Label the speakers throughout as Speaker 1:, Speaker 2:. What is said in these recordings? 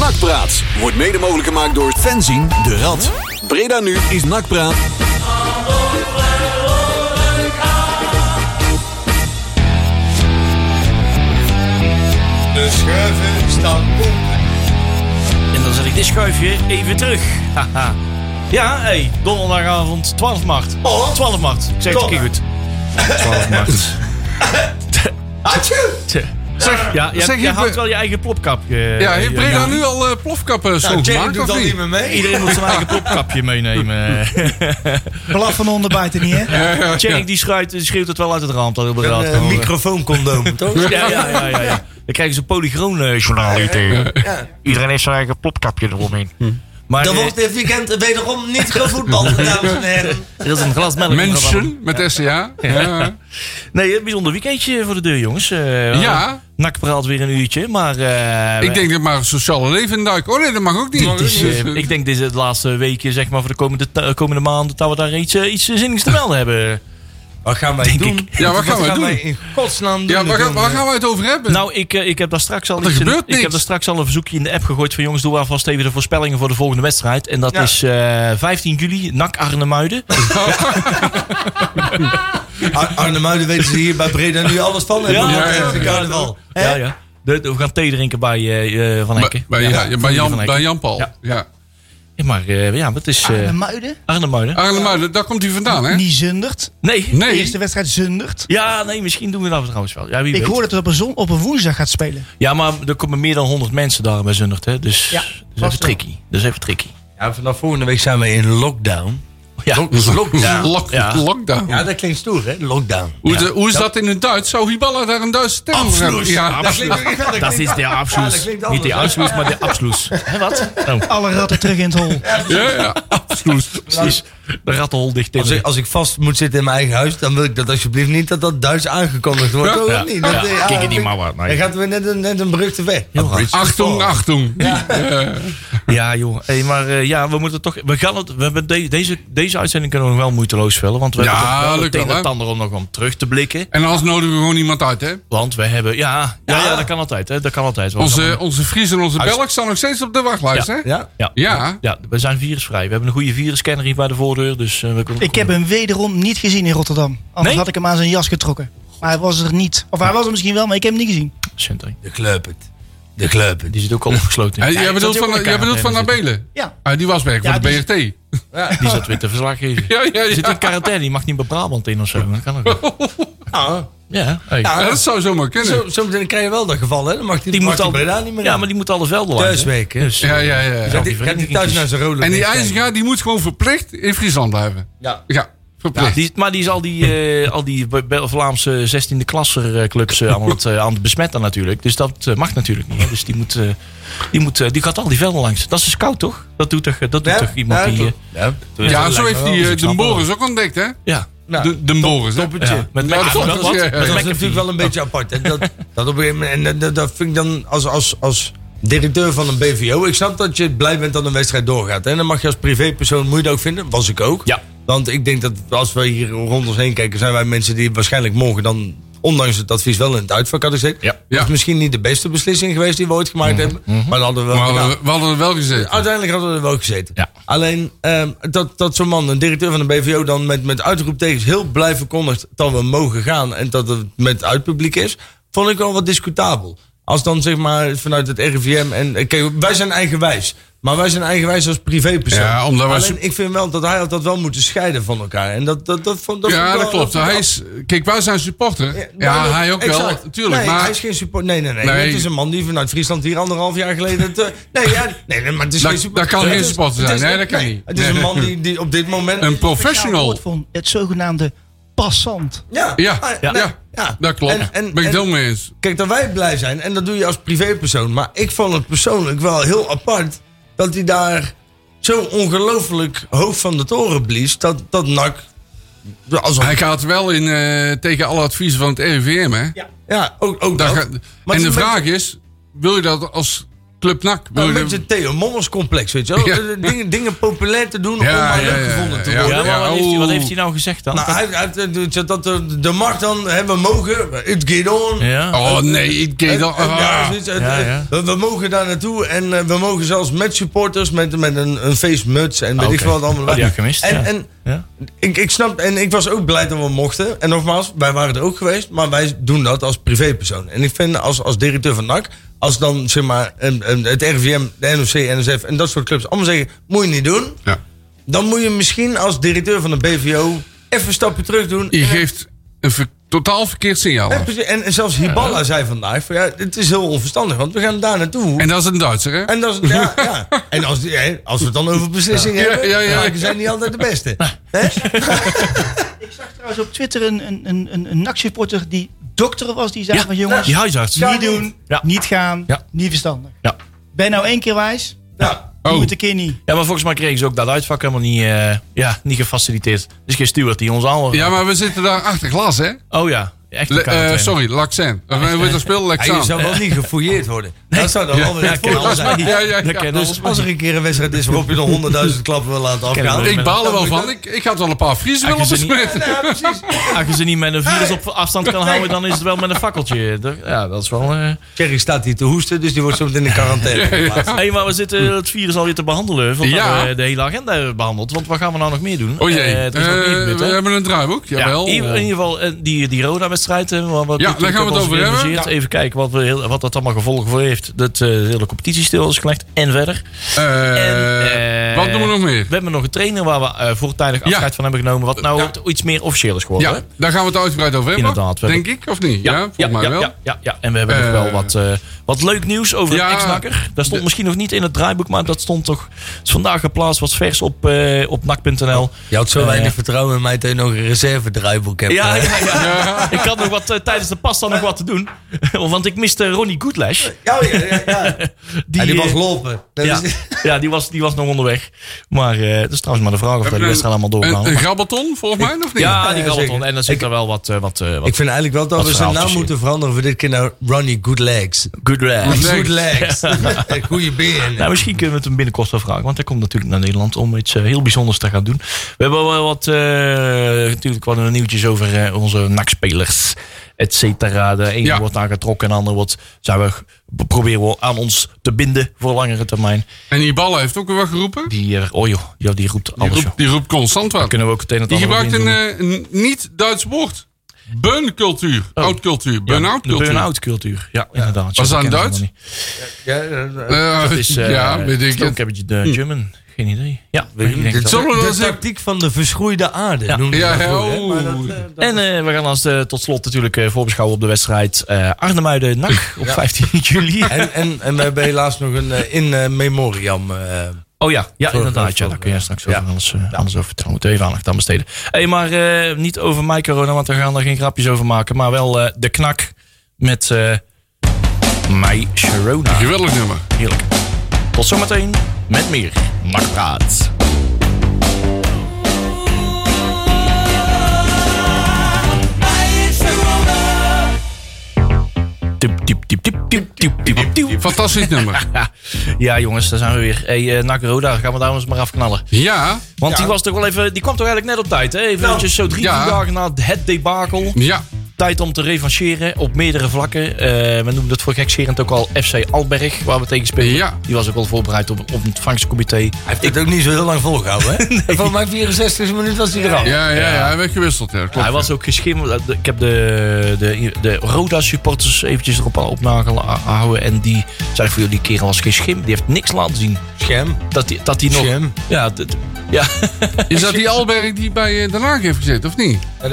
Speaker 1: Nakpraat wordt mede mogelijk gemaakt door Fenzin de Rad. Breda nu is Nakpraat.
Speaker 2: De schuiven staan open.
Speaker 3: En dan zet ik dit schuifje even terug. Haha. ja, hé, hey, donderdagavond 12 maart.
Speaker 2: Oh.
Speaker 3: 12 maart, ik zeg het een keer goed. 12 maart.
Speaker 2: Atje!
Speaker 3: Zeg, ja, je,
Speaker 4: zeg,
Speaker 3: hebt- je
Speaker 4: heeft-
Speaker 3: houdt wel je eigen plopkapje.
Speaker 4: Ja,
Speaker 3: eh,
Speaker 4: heeft Breda
Speaker 3: Jan.
Speaker 4: nu al eh, plofkappen
Speaker 2: Nou, Jerry
Speaker 4: schoongemaakt,
Speaker 2: doet
Speaker 4: of
Speaker 2: dan
Speaker 4: niet?
Speaker 2: niet meer mee.
Speaker 3: Iedereen moet zijn eigen plopkapje meenemen.
Speaker 5: Blaffen onderbijten niet, hè?
Speaker 3: Check die schreeuwt, die schreeuwt het wel uit het raam. Dat op de raad
Speaker 5: Een
Speaker 3: kan worden.
Speaker 5: microfooncondoom, toch?
Speaker 3: Ja, ja, ja, ja, ja. Dan krijgen ze een polygroon-journaal hier tegen. Iedereen heeft zijn eigen plopkapje eromheen.
Speaker 4: Hm.
Speaker 3: Maar
Speaker 5: Dan
Speaker 3: eh,
Speaker 5: wordt dit weekend wederom niet gevoetbald, dames en heren.
Speaker 3: er is een glas melk.
Speaker 4: Mensen met SCA. Ja.
Speaker 3: Nee, een bijzonder weekendje voor de deur, jongens. Eh,
Speaker 4: Ja.
Speaker 3: Nak praalt weer een uurtje, maar... eh,
Speaker 4: Ik denk dat maar een sociale leven duiken. Oh nee, dat mag ook niet.
Speaker 3: Het is, eh, ik denk deze de laatste weken, zeg maar, voor de komende, ta- komende maanden, dat we daar iets, eh, iets zinnigs te melden hebben.
Speaker 5: Wat gaan wij
Speaker 3: Denk
Speaker 5: doen?
Speaker 3: ik.
Speaker 4: Ja, wat gaan wij doen?
Speaker 5: in godsnaam doen?
Speaker 4: ja, waar, gaan-
Speaker 5: Doen we-
Speaker 4: waar gaan we het over hebben?
Speaker 3: Nou, ik, eh, ik heb daar straks al
Speaker 4: er
Speaker 3: iets in-
Speaker 4: gebeurt
Speaker 3: Ik heb
Speaker 4: niks.
Speaker 3: daar straks al een verzoekje in de app gegooid van jongens, doe alvast even de voorspellingen voor de volgende wedstrijd. En dat
Speaker 5: Ja.
Speaker 3: is eh, 15 juli, NAC Arnhemuiden.
Speaker 5: Ar- Arnhem Muiden weten ze hier bij Breda nu alles van. hè?
Speaker 3: Ja,
Speaker 5: Dat
Speaker 4: ja,
Speaker 5: is de
Speaker 4: ja.
Speaker 5: carnaval. Hè?
Speaker 3: ja, ja. Eh, De- de- we gaan thee drinken bij eh, eh, Van Hekken.
Speaker 4: bij, bij, ja, ja, bij, Jan,
Speaker 3: Van Hekken.
Speaker 4: bij Jan Paul.
Speaker 3: Ja.
Speaker 4: Ja.
Speaker 3: Ja, maar eh, ja, wat is eh
Speaker 6: Muiden?
Speaker 3: Arnhemuiden?
Speaker 4: Arnhemuiden, daar komt hij vandaan, hè?
Speaker 6: Die zundert.
Speaker 3: nee.
Speaker 6: De
Speaker 4: Nee.
Speaker 6: eerste wedstrijd zundert.
Speaker 3: Ja, nee, misschien doen we dat trouwens wel. Ja, wie
Speaker 6: Ik
Speaker 3: weet.
Speaker 6: hoor dat het op een, zon, op een woensdag gaat spelen.
Speaker 3: Ja, maar er komen meer dan 100 mensen daar bij Zundert, hè. Dus
Speaker 6: Ja,
Speaker 3: dat is even tricky. Dat is even tricky.
Speaker 5: Ja, vanaf volgende week zijn we in lockdown.
Speaker 3: Ja.
Speaker 4: Lockdown. Lock-
Speaker 3: Ja.
Speaker 4: Lockdown.
Speaker 5: Ja, dat klinkt stoer, hè? Lockdown.
Speaker 4: Hoe, de- hoe is dat in het Duits? Zou Hiballa daar een Duitse term voor hebben? Ja,
Speaker 5: Dat klinkt- ja, dat
Speaker 3: Dat
Speaker 5: klinkt-
Speaker 3: is de
Speaker 5: Ja, dat
Speaker 3: Abschluss.
Speaker 5: klinkt
Speaker 3: Niet de
Speaker 5: anders,
Speaker 3: Abschluss, maar de Abschluss. Hè, wat? Oh,
Speaker 6: Alle ratten terug in het hol.
Speaker 4: ja, ja, absoluut.
Speaker 3: precies. De rattenhol dicht
Speaker 5: Als ik,
Speaker 3: in.
Speaker 5: als ik vast moet zitten in mijn eigen huis, dan wil ik dat alsjeblieft niet dat dat Duits aangekondigd wordt. hoor.
Speaker 3: Ja.
Speaker 5: niet. Dat,
Speaker 3: Ja,
Speaker 5: eh,
Speaker 3: kijk in die
Speaker 5: dat-
Speaker 3: mouwen, nee.
Speaker 5: Dan gaat weer net een, net een brug te ver.
Speaker 4: Achtung, achtung. Eh,
Speaker 3: Ja, joh. Hey, maar eh, ja, we moeten toch. We gaan het, we hebben de- deze, deze uitzending kunnen we nog wel moeiteloos vullen. Want we
Speaker 4: Ja,
Speaker 3: hebben toch wel het
Speaker 4: lukt
Speaker 3: een en
Speaker 4: wel,
Speaker 3: het
Speaker 4: hè?
Speaker 3: ander om nog om terug te blikken.
Speaker 4: en anders nodigen we gewoon iemand uit, hè?
Speaker 3: Want we hebben. Ja, ja, ja dat kan altijd. Hè, dat kan altijd. We
Speaker 4: Onze,
Speaker 3: gaan-
Speaker 4: onze Fries en onze Belg staan nog steeds op de wachtlijst,
Speaker 3: Ja.
Speaker 4: hè?
Speaker 5: Ja?
Speaker 3: ja.
Speaker 4: Ja.
Speaker 3: Ja, we zijn virusvrij. We hebben een goede virusscanner hier bij de voordeur. Dus, eh, we kunnen-
Speaker 6: Ik heb hem wederom niet gezien in Rotterdam. Anders
Speaker 3: Nee?
Speaker 6: had ik hem aan zijn jas getrokken. Maar hij was er niet. Of hij was er misschien wel, maar ik heb hem niet gezien.
Speaker 3: Sint, hè.
Speaker 5: De kleupert. De kleupert.
Speaker 3: Die zit ook al opgesloten.
Speaker 4: Hè,
Speaker 3: in.
Speaker 4: jij bedoelt
Speaker 3: die zat
Speaker 4: van,
Speaker 3: ook
Speaker 4: jij
Speaker 3: in
Speaker 4: bedoelt van naar
Speaker 3: quarantaine
Speaker 4: Belen?
Speaker 6: Ja.
Speaker 4: Ah, die was weg
Speaker 6: Ja,
Speaker 4: voor de
Speaker 6: die-
Speaker 4: BRT. Ja,
Speaker 3: zitten. Die zat weer te verslag geven.
Speaker 4: ja,
Speaker 3: Die zit in
Speaker 4: ja.
Speaker 3: quarantaine. Die mag niet bij Brabant in of zo. Dat kan ook. wel.
Speaker 5: Ah,
Speaker 3: Ja, hey.
Speaker 4: Ja, dat zou zomaar kunnen.
Speaker 5: zo, zometeen krijg je wel dat geval, hè? Dan mag die,
Speaker 3: Die
Speaker 5: mag
Speaker 3: moet al,
Speaker 5: Breda niet meer
Speaker 3: ja,
Speaker 5: in.
Speaker 3: maar die moet alle velden langs. hè.
Speaker 5: thuisweek, hè?
Speaker 3: Dus,
Speaker 4: Ja, ja, ja.
Speaker 3: Ja.
Speaker 5: Gaat die- gaat die thuis
Speaker 3: vereniging.
Speaker 5: naar zijn rode
Speaker 4: En die
Speaker 5: lijst kijken.
Speaker 4: IJzerga, die moet gewoon verplicht in Friesland blijven.
Speaker 5: Ja.
Speaker 4: Ja,
Speaker 3: ja,
Speaker 4: verplicht.
Speaker 3: die, maar die is al die, eh, al die Be- Be- Vlaamse 16e klasse eh, clubs eh, aan, het, eh, aan het besmetten natuurlijk. Dus dat eh, mag natuurlijk niet. hè. Dus die, moet, eh, die, moet, eh, die gaat al die velden langs. Dat is dus koud, toch? Dat doet toch, eh, dat doet
Speaker 5: Ja,
Speaker 3: toch iemand
Speaker 5: ja,
Speaker 3: die... eh,
Speaker 5: toch. Ja,
Speaker 4: Ja, zo heeft
Speaker 3: wel,
Speaker 4: hij
Speaker 3: ik
Speaker 4: de
Speaker 3: snap wel.
Speaker 4: Boris ook ontdekt, hè?
Speaker 3: ja,
Speaker 5: Nou,
Speaker 4: De- De Boris, hè?
Speaker 5: Toppetje.
Speaker 3: ja. Met
Speaker 4: Ja,
Speaker 3: Mac-
Speaker 4: dat
Speaker 3: wat-
Speaker 4: is-
Speaker 3: wat?
Speaker 4: ja, ja.
Speaker 3: Met
Speaker 4: Dat is
Speaker 5: Dat is
Speaker 3: McAfee.
Speaker 5: natuurlijk wel een beetje apart. hè. Dat, dat op een gegeven moment, en dat, dat vind ik dan als, als, als directeur van een BVO. Ik snap dat je blij bent dat een wedstrijd doorgaat. En dan mag je als privépersoon moeite ook vinden. Was ik ook.
Speaker 3: Ja.
Speaker 5: Want ik denk dat als we hier rond ons heen kijken, zijn wij mensen die waarschijnlijk morgen dan, ondanks het advies, wel in het uitvak hadden gezeten.
Speaker 3: Ja. Mhm.
Speaker 5: Dat
Speaker 4: Ja.
Speaker 5: is misschien niet de beste beslissing geweest die we ooit gemaakt hebben. Maar dan hadden we wel
Speaker 4: Maar
Speaker 5: gedaan.
Speaker 4: we, we hadden er wel gezeten.
Speaker 5: Eh, Uiteindelijk hadden we er wel gezeten.
Speaker 3: Ja.
Speaker 5: Alleen ehm, dat, dat zo'n man, een directeur van de BVO, dan met, met uitroeptekens heel blij verkondigt dat we mogen gaan en dat het met uitpubliek is, vond ik wel wat discutabel. Als dan zeg maar vanuit het RIVM en. eh, Kijk, wij zijn eigenwijs. Maar wij zijn eigenwijs als privépersoon.
Speaker 4: Ja, omdat wij
Speaker 5: Alleen ik vind wel dat hij had dat wel moeten scheiden van elkaar. En dat, dat, dat, vond- dat vond
Speaker 4: Ja,
Speaker 5: ik wel-
Speaker 4: dat klopt.
Speaker 5: vond ik
Speaker 4: Hij is, kijk, wij zijn supporter.
Speaker 5: nou,
Speaker 4: Ja,
Speaker 5: dat-
Speaker 4: hij ook wel,
Speaker 5: exact.
Speaker 4: natuurlijk.
Speaker 5: Nee, hij
Speaker 4: Maar
Speaker 5: is geen support. Nee, nee, nee,
Speaker 4: Nee.
Speaker 5: Het is een man die vanuit Friesland hier anderhalf jaar geleden. het, eh, nee, ja, nee, nee, maar het is
Speaker 4: Dat-
Speaker 5: geen support.
Speaker 4: dat kan
Speaker 5: het
Speaker 4: geen
Speaker 5: is-
Speaker 4: supporter
Speaker 5: het is-
Speaker 4: zijn. Nee, dat kan niet.
Speaker 5: Het is een man die, die op dit moment.
Speaker 4: een
Speaker 6: Ik
Speaker 4: professional.
Speaker 6: woord van het zogenaamde passant.
Speaker 5: ja,
Speaker 4: Ja,
Speaker 5: ah,
Speaker 4: ja,
Speaker 5: nee,
Speaker 4: dat klopt.
Speaker 5: En, en,
Speaker 4: ben ik
Speaker 5: en-
Speaker 4: het mee eens.
Speaker 5: kijk, dat wij blij zijn, en dat doe je als privépersoon. Maar ik vond het persoonlijk wel heel apart dat hij daar zo ongelooflijk hoofd van de toren blies. Dat, dat NAC. Alsof,
Speaker 4: Hij gaat wel in, eh, tegen alle adviezen van het RIVM, hè?
Speaker 5: ja, ook, ook
Speaker 4: Daar
Speaker 5: dat.
Speaker 4: gaat-
Speaker 5: Maar
Speaker 4: en
Speaker 5: het
Speaker 4: de
Speaker 5: is een
Speaker 4: vraag is, wil je dat als Club NAC.
Speaker 5: Nou, een beetje het Theo Mommers complex, weet je wel.
Speaker 4: Ja.
Speaker 5: Eh, Dingen, dingen populair te doen
Speaker 4: Ja,
Speaker 5: om maar
Speaker 4: ja,
Speaker 5: leuk
Speaker 4: ja,
Speaker 5: gevonden te
Speaker 4: ja.
Speaker 5: worden.
Speaker 3: Ja, maar wat,
Speaker 4: oh.
Speaker 3: heeft hij, wat heeft hij nou gezegd dan?
Speaker 5: Nou, hij, hij, heeft, eh, doet dat de, de markt dan, hè, we mogen, it get on.
Speaker 3: ja.
Speaker 4: Oh nee, ik
Speaker 5: En-
Speaker 4: deed al.
Speaker 5: en- ja,
Speaker 4: ah.
Speaker 5: zoiets, en,
Speaker 3: Ja, ja.
Speaker 5: eh, We, we mogen daar naartoe en eh, we mogen zelfs met supporters, met, met een, een feestmuts en weet
Speaker 3: Oké.
Speaker 5: ik veel wat allemaal.
Speaker 3: Oh, die had ik gemist,
Speaker 5: en
Speaker 3: ja.
Speaker 5: en
Speaker 3: Ja.
Speaker 5: ik, ik snap, en ik was ook blij dat we mochten. En nogmaals, wij waren er ook geweest, maar wij doen dat als privépersoon. En ik vind als, als directeur van NAC, als dan zeg maar een- een- het RIVM, de NOC, NSF en dat soort clubs allemaal zeggen: moet je niet doen,
Speaker 4: Ja.
Speaker 5: dan moet je misschien als directeur van de BVO even een stapje terug doen.
Speaker 4: Je geeft een ver- totaal verkeerd signaal
Speaker 5: En,
Speaker 4: af.
Speaker 5: precies- en, en zelfs Hiballa zei vandaag: van, ja, het is heel onverstandig, want we gaan daar naartoe.
Speaker 4: En dat is een Duitser, hè?
Speaker 5: En, dat is, ja, ja. en als, die- hè, als we het dan over beslissingen
Speaker 4: Ja,
Speaker 5: hebben,
Speaker 4: ja, ja.
Speaker 5: maken zijn niet altijd de beste. Hè?
Speaker 6: Ik zag trouwens op Twitter een, een, een, een, een NAC-supporter die dokter was. Die zei van jongens,
Speaker 3: Die huisarts.
Speaker 6: niet doen,
Speaker 3: Ja.
Speaker 6: niet gaan,
Speaker 3: Ja.
Speaker 6: niet verstandig.
Speaker 3: Ja.
Speaker 6: Ben nou één keer wijs,
Speaker 5: Ja.
Speaker 6: doe
Speaker 4: Oh,
Speaker 6: het een keer niet.
Speaker 3: Ja, maar volgens mij kregen ze ook dat uitvak helemaal niet, eh, ja, niet gefaciliteerd. Dus geen steward die ons allemaal...
Speaker 4: ja, maar we zitten daar achter glas, hè?
Speaker 3: Oh ja, echt een
Speaker 4: Le- eh,
Speaker 3: quarantaine.
Speaker 4: sorry, Laxen. Of eh, hoe heet dat spel?
Speaker 5: Ja, je
Speaker 4: Laxan.
Speaker 5: zou wel niet gefouilleerd worden. Dat zou dan wel weer
Speaker 3: Ja,
Speaker 5: het
Speaker 3: ken
Speaker 5: voordeel
Speaker 3: alles.
Speaker 5: zijn.
Speaker 4: Ja, ja,
Speaker 3: Dat
Speaker 4: ja.
Speaker 3: ken
Speaker 5: Dus
Speaker 3: alles.
Speaker 5: als er een keer een wedstrijd is waarop je dan honderdduizend klappen wil laten
Speaker 3: Ken
Speaker 5: afgaan.
Speaker 3: ik
Speaker 4: Ik baal er wel van.
Speaker 5: Ja,
Speaker 4: Ik, ik had wel een paar Friese
Speaker 3: Ja,
Speaker 4: willen
Speaker 3: je zit niet-
Speaker 4: besmetten.
Speaker 5: ja, precies.
Speaker 3: Als je ze niet met een virus op afstand kan houden, dan is het wel met een fakkeltje. Dat- Ja, dat is wel... eh.
Speaker 5: Thierry staat hier te hoesten, dus die wordt zo meteen in quarantaine geplaatst.
Speaker 3: Hé, maar we zitten het virus alweer te behandelen. Vandaar
Speaker 4: Ah. Hm. Ja.
Speaker 3: we de hele agenda hebben behandeld. Want wat gaan we nou nog meer doen?
Speaker 4: Oh jee,
Speaker 3: Eh, er is nog meer
Speaker 4: Eh,
Speaker 3: gebeurd,
Speaker 4: we
Speaker 3: hè?
Speaker 4: hebben een draaiboek.
Speaker 3: Ja,
Speaker 4: Jawel.
Speaker 3: in ieder in ieder geval eh, die, die Roda-wedstrijd. eh, hè, wat- wat
Speaker 4: Ja,
Speaker 3: natuurlijk
Speaker 4: daar gaan we het
Speaker 3: ons
Speaker 4: over hebben.
Speaker 3: gerealiseerd. Even kijken wat, we heel, wat dat allemaal gevolgen voor heeft. Dat eh, de hele competitie stil is gelegd. En verder.
Speaker 4: Eh,
Speaker 3: En, eh,
Speaker 4: wat doen we nog meer?
Speaker 3: We hebben nog een trainer waar we eh, voortijdig
Speaker 4: Ja.
Speaker 3: afscheid van hebben genomen. Wat nou
Speaker 4: Ja.
Speaker 3: iets meer officieel is geworden. hè?
Speaker 4: Ja, daar gaan we het uitgebreid over hebben.
Speaker 3: Inderdaad, we
Speaker 4: Denk ik, of niet? Ja, volgens mij
Speaker 3: ja,
Speaker 4: wel.
Speaker 3: ja, ja, ja. En we hebben nog
Speaker 4: Eh,
Speaker 3: wel wat, eh, wat leuk nieuws over
Speaker 4: ja,
Speaker 3: een ex-nakker. Daar stond
Speaker 4: de-
Speaker 3: misschien nog niet in het draaiboek, maar dat stond toch is vandaag geplaatst. Was vers op, eh, op nak.nl.
Speaker 5: Je had zo weinig vertrouwen in mij dat je nog een reserve draaiboek hebt.
Speaker 3: Ja,
Speaker 5: hè?
Speaker 3: ja, ja. Ik had nog wat eh, tijdens de pasta nog wat te doen. Want ik miste Ronnie Goodlash.
Speaker 5: Ja, ja, ja, ja.
Speaker 3: Die,
Speaker 5: En die
Speaker 3: eh,
Speaker 5: was lopen. Dat
Speaker 3: ja,
Speaker 5: is-
Speaker 3: ja die, was, die was nog onderweg. Maar eh dat is trouwens maar de vraag of dat die
Speaker 4: Een-
Speaker 3: wedstrijd allemaal
Speaker 4: Een,
Speaker 3: doorgaan.
Speaker 4: een grabbelton, volgens mij, of niet?
Speaker 3: Ja, die
Speaker 5: Ja,
Speaker 3: kan
Speaker 5: zeker.
Speaker 3: En dan zit er wel wat, eh, wat, eh, wat
Speaker 5: Ik vind eigenlijk wel dat
Speaker 3: Wat
Speaker 5: we zijn
Speaker 3: verhaal
Speaker 5: naam
Speaker 3: te zien.
Speaker 5: moeten veranderen voor dit keer naar Ronnie Good Legs.
Speaker 3: Goodlash.
Speaker 4: Legs.
Speaker 5: Good legs. Goeie been.
Speaker 3: Nou, misschien kunnen we het hem binnenkort wel vragen. Want hij komt natuurlijk naar Nederland om iets eh, heel bijzonders te gaan doen. We hebben wel wat... eh natuurlijk kwamen er nieuwtjes over eh, onze NAC-spelers. Et cetera. De ene
Speaker 4: Ja.
Speaker 3: wordt aangetrokken en de ander wordt... Zijn we, we proberen we aan ons te binden voor langere termijn.
Speaker 4: En die ballen heeft ook weer wat geroepen. Die
Speaker 3: Die, eh, oh joh, ja, die roept alles. joh.
Speaker 4: roept, die roept constant wat.
Speaker 3: Kunnen we ook het een en het
Speaker 4: Die
Speaker 3: ander
Speaker 4: gebruikt
Speaker 3: in
Speaker 4: een,
Speaker 3: doen.
Speaker 4: eh, een niet-Duits woord. Buncultuur.
Speaker 3: Oh.
Speaker 4: Oud-cultuur. Burn-out
Speaker 3: Ja, de
Speaker 4: cultuur.
Speaker 3: burn-out cultuur. Ja, inderdaad.
Speaker 4: Was
Speaker 3: Ja,
Speaker 4: dat
Speaker 3: kennen
Speaker 4: een
Speaker 3: we
Speaker 4: Duits?
Speaker 3: helemaal
Speaker 5: Ja, eh,
Speaker 4: Eh,
Speaker 3: niet. Dat is... eh
Speaker 4: ja, weet ik het.
Speaker 3: heb je de German. Geen idee. Ja, weet ik denk
Speaker 5: Dit
Speaker 3: dat-
Speaker 4: Zullen we dat
Speaker 5: De
Speaker 4: eens even-
Speaker 5: tactiek van de verschroeide aarde.
Speaker 3: Ja.
Speaker 5: noemde
Speaker 4: Ja,
Speaker 5: dat
Speaker 4: hè,
Speaker 5: vroeger, hè?
Speaker 4: oh.
Speaker 3: En eh, we gaan als eh, tot slot natuurlijk eh, voorbeschouwen op de wedstrijd eh Arnhemuiden-NAC op 15 juli.
Speaker 5: En, en, en we hebben helaas nog een eh, in eh, memoriam. eh,
Speaker 3: Oh ja, ja
Speaker 5: Voor-
Speaker 3: inderdaad.
Speaker 5: voor-
Speaker 3: ja, daar kun je straks
Speaker 5: ja.
Speaker 3: over anders, eh, anders over vertellen. Moeten we even aandacht aan besteden. Hey, maar eh, niet over mijn corona, want we gaan er geen grapjes over maken. Maar wel eh, de knak met eh My Sharona.
Speaker 4: Geweldig nummer.
Speaker 3: Heerlijk. Tot zometeen met meer NAC Praat. Tip, tip, tip, tip, tip, tip, tip, tip.
Speaker 4: Fantastisch nummer.
Speaker 3: Ja, ja jongens, daar zijn we weer. Hey, eh, NAC Roda, gaan we daar eens maar afknallen.
Speaker 4: Ja. Nou,
Speaker 3: Want die, was toch wel even, die kwam toch eigenlijk net op tijd. Hè? Even eventjes zo drie,
Speaker 4: ja.
Speaker 3: vier dagen na het debakel.
Speaker 4: Ja.
Speaker 3: Tijd om te revancheren op meerdere vlakken. Eh, we noemden het voor gekscherend ook al FC Alberg, waar we tegen spelen.
Speaker 4: Ja.
Speaker 3: Die was ook al voorbereid op, op het vangstcomité.
Speaker 5: Hij heeft het ook niet zo heel lang volgehouden, hè? Van mijn 64 minuten was hij eraf.
Speaker 4: Ja, ja, ja. Hij werd gewisseld. Ja, klopt.
Speaker 3: Hij was ook geschimmeld. Ik heb de, de, de Roda-supporters eventjes erop op nagel houden. En die zeiden voor jullie kerel was geschimmeld. Die heeft niks laten zien.
Speaker 5: Scherm.
Speaker 3: Dat die, dat die nog...
Speaker 5: Scherm.
Speaker 3: Ja, dat- ja. Nou,
Speaker 4: Is dat die Alberg die bij eh, Den Haag heeft gezet, of niet?
Speaker 3: Eh,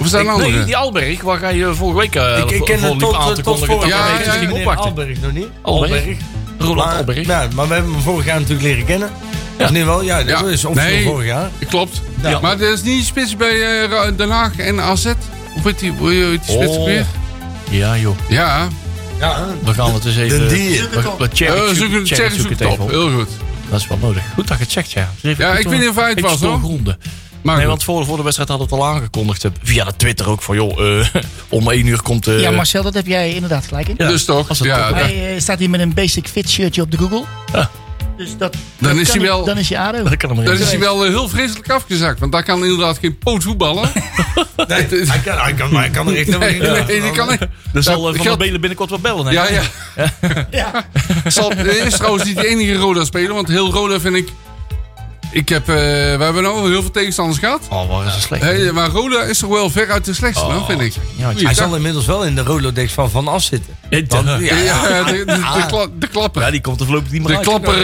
Speaker 4: Of is dat een
Speaker 3: ik-
Speaker 4: andere?
Speaker 3: Nee, die Alberg, waar ga je vorige week eh
Speaker 5: ik, ik ken
Speaker 3: voor
Speaker 5: het
Speaker 3: liep aan
Speaker 5: tot,
Speaker 3: te
Speaker 5: tot
Speaker 3: kondigen
Speaker 5: voor
Speaker 3: dat
Speaker 4: ja,
Speaker 3: we
Speaker 4: ja,
Speaker 3: eventjes
Speaker 4: ja,
Speaker 3: gingen
Speaker 5: meneer
Speaker 3: opwachten.
Speaker 5: Alberg nog niet.
Speaker 3: Alberg. Roland
Speaker 5: Maar,
Speaker 3: Alberg.
Speaker 5: ja, maar we hebben hem vorig jaar natuurlijk leren kennen.
Speaker 3: Ja.
Speaker 5: Of niet wel? Ja, dat
Speaker 4: Ja.
Speaker 5: is officieel
Speaker 4: Nee.
Speaker 5: vorig jaar.
Speaker 4: Klopt.
Speaker 3: Ja.
Speaker 4: Maar dat is niet spits bij eh, Ra- Den Haag en AZ. Hoe heet die, hoe heet die spits
Speaker 3: Oh.
Speaker 4: weer?
Speaker 3: Ja joh,
Speaker 4: Ja.
Speaker 5: Ja,
Speaker 3: we gaan het eens even...
Speaker 5: de dier.
Speaker 3: We, we checken,
Speaker 4: Eh, zoek
Speaker 3: checken,
Speaker 4: het
Speaker 3: checken,
Speaker 4: zoek het
Speaker 3: even
Speaker 4: op.
Speaker 3: op.
Speaker 4: Heel goed.
Speaker 3: Dat is wel nodig. Goed dat je het checkt, ja. Dus even
Speaker 4: Ja,
Speaker 3: goed
Speaker 4: ik
Speaker 3: om-
Speaker 4: weet niet of hij het
Speaker 3: eventjes
Speaker 4: was, hoor.
Speaker 3: doorgronden.
Speaker 4: Maar
Speaker 3: Nee,
Speaker 4: goed.
Speaker 3: want voor, voor de wedstrijd hadden we het al aangekondigd. eh, Via de Twitter ook van, joh, eh, om één uur komt... eh,
Speaker 6: Ja, Marcel, dat heb jij inderdaad gelijk in.
Speaker 3: ja,
Speaker 4: dus toch?
Speaker 3: als het
Speaker 4: Ja,
Speaker 3: toch-
Speaker 4: da-
Speaker 6: Hij eh, staat hier met een basic fit shirtje op de Google.
Speaker 3: Ja.
Speaker 6: Dus dat,
Speaker 4: Ah. Dan
Speaker 6: dat
Speaker 4: is
Speaker 6: kan
Speaker 4: hij
Speaker 6: niet-
Speaker 4: wel-
Speaker 6: Dan is je ADO.
Speaker 3: dat kan hem
Speaker 4: dan
Speaker 3: erin.
Speaker 4: is hij wel eh, heel vreselijk afgezakt. Want daar kan inderdaad geen poot voetballen.
Speaker 5: Nee, hij kan, hij kan, maar hij kan er echt helemaal
Speaker 4: Nee,
Speaker 5: niet aan.
Speaker 4: nee, die kan niet.
Speaker 3: Dan zal
Speaker 4: dat
Speaker 3: eh, Van der
Speaker 4: geldt-
Speaker 3: Belen binnenkort wel bellen. hè?
Speaker 4: Ja, ja.
Speaker 6: Ja.
Speaker 4: Zal, er is trouwens niet de enige Roda speler. Want heel Roda vind ik... Ik heb... eh, we hebben nou heel veel tegenstanders gehad.
Speaker 3: Oh, waar is het slecht.
Speaker 4: Hey, maar Roda is toch wel ver uit de slechtste, nou, vind ik.
Speaker 3: Ja, want
Speaker 4: Goeie
Speaker 5: Hij
Speaker 4: dag.
Speaker 5: zal inmiddels wel in de Rolodex van Van As zitten.
Speaker 3: Eh,
Speaker 5: Want-
Speaker 3: ja.
Speaker 4: Ja, de, de, de, kla- de klapper.
Speaker 3: Ja, die komt er voorlopig niet meer
Speaker 4: de
Speaker 3: uit.
Speaker 4: klapper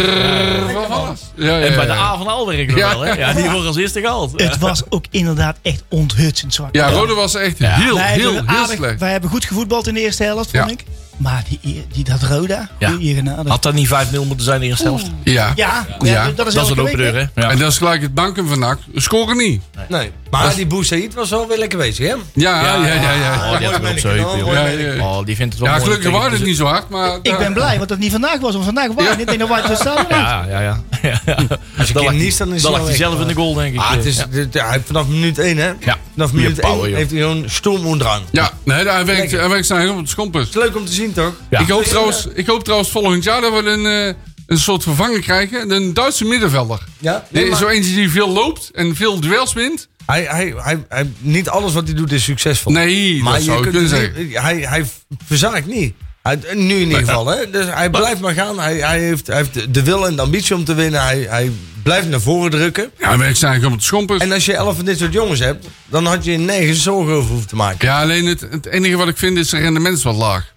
Speaker 4: van alles. Ja, ja,
Speaker 3: En bij de
Speaker 4: ja.
Speaker 3: A van Al werken we
Speaker 4: Ja.
Speaker 3: wel, hè? Ja, die wordt als eerste gehaald.
Speaker 6: Het was ook inderdaad echt onthutsend zwak.
Speaker 4: Ja, Roda was echt heel,
Speaker 6: wij,
Speaker 4: heel, heel,
Speaker 6: hebben aardig-
Speaker 4: slecht.
Speaker 6: wij hebben goed gevoetbald in de eerste helft,
Speaker 4: Ja.
Speaker 6: vond ik. Maar die, die, dat Roda,
Speaker 3: Ja.
Speaker 6: goeie genade.
Speaker 3: Had dat niet 5-0 moeten zijn in de eerste helft?
Speaker 4: Ja.
Speaker 6: ja,
Speaker 4: Ja,
Speaker 6: dat is
Speaker 3: Dat is
Speaker 6: elke
Speaker 3: een open
Speaker 6: week,
Speaker 3: deur,
Speaker 6: hè.
Speaker 3: hè? Ja.
Speaker 4: En dat is gelijk het banken van NAC. We Scoren niet.
Speaker 5: Nee. Maar die Boussaïd was wel weer lekker bezig, hè?
Speaker 4: Ja, ja, ja. ja,
Speaker 3: Oh,
Speaker 4: ja.
Speaker 3: die had hem op
Speaker 5: merk,
Speaker 3: zijn heup,
Speaker 5: hoor.
Speaker 3: joh.
Speaker 4: Ja, ja, ja.
Speaker 3: Oh, die vindt het wel
Speaker 4: Ja,
Speaker 3: mooi
Speaker 4: gelukkig
Speaker 3: om tegen
Speaker 4: waren het
Speaker 3: te
Speaker 4: niet zo hard, maar...
Speaker 6: Ik ben blij, want dat niet vandaag was. Want vandaag waren
Speaker 4: Ja.
Speaker 6: het. Ik denk dat wij het staan.
Speaker 3: zitten. Ja, ja, ja.
Speaker 5: Als je
Speaker 3: Dan lag
Speaker 5: kind
Speaker 3: hij-
Speaker 5: niest, dan is
Speaker 3: dan
Speaker 5: hij
Speaker 3: lag hij
Speaker 5: wel
Speaker 3: zelf
Speaker 5: weg.
Speaker 3: in de goal, denk ik.
Speaker 5: Ah, het is, dit- hij heeft vanaf minuut 1, hè?
Speaker 3: Ja.
Speaker 5: Vanaf
Speaker 3: Goeie
Speaker 5: minuut 1
Speaker 3: power, joh.
Speaker 5: heeft hij gewoon stoelmondrang.
Speaker 4: Ja, nee, hij werkt,
Speaker 5: Lekker.
Speaker 4: hij werkt zijn helemaal op de schompers.
Speaker 5: Leuk om te zien, toch?
Speaker 3: Ja.
Speaker 4: Ik, hoop trouwens, ik hoop trouwens volgend jaar dat we een, eh, een soort vervanger krijgen. Een Duitse middenvelder.
Speaker 5: Ja?
Speaker 4: Nee,
Speaker 5: maar-
Speaker 4: zo eentje die veel loopt en veel duels wint.
Speaker 5: Hij, hij, hij, hij, niet alles wat hij doet is succesvol.
Speaker 4: Nee,
Speaker 5: Oh. maar
Speaker 4: dat zou
Speaker 5: je
Speaker 4: ik
Speaker 5: kunt
Speaker 4: kunnen
Speaker 5: het
Speaker 4: zeggen.
Speaker 5: niet- hij, hij verzaakt niet. Hij, nu in ieder geval. Hè? Dus hij blijft maar gaan. Hij, hij, heeft, hij heeft de- de wil en de ambitie om te winnen. Hij, hij blijft naar voren drukken.
Speaker 4: Ja, hij werkt zijn helemaal op de schompers.
Speaker 5: En als je elf van dit soort jongens hebt, dan had je nergens zorgen over hoeven te maken.
Speaker 4: Ja, alleen het, het enige wat ik vind is zijn rendement is wat laag.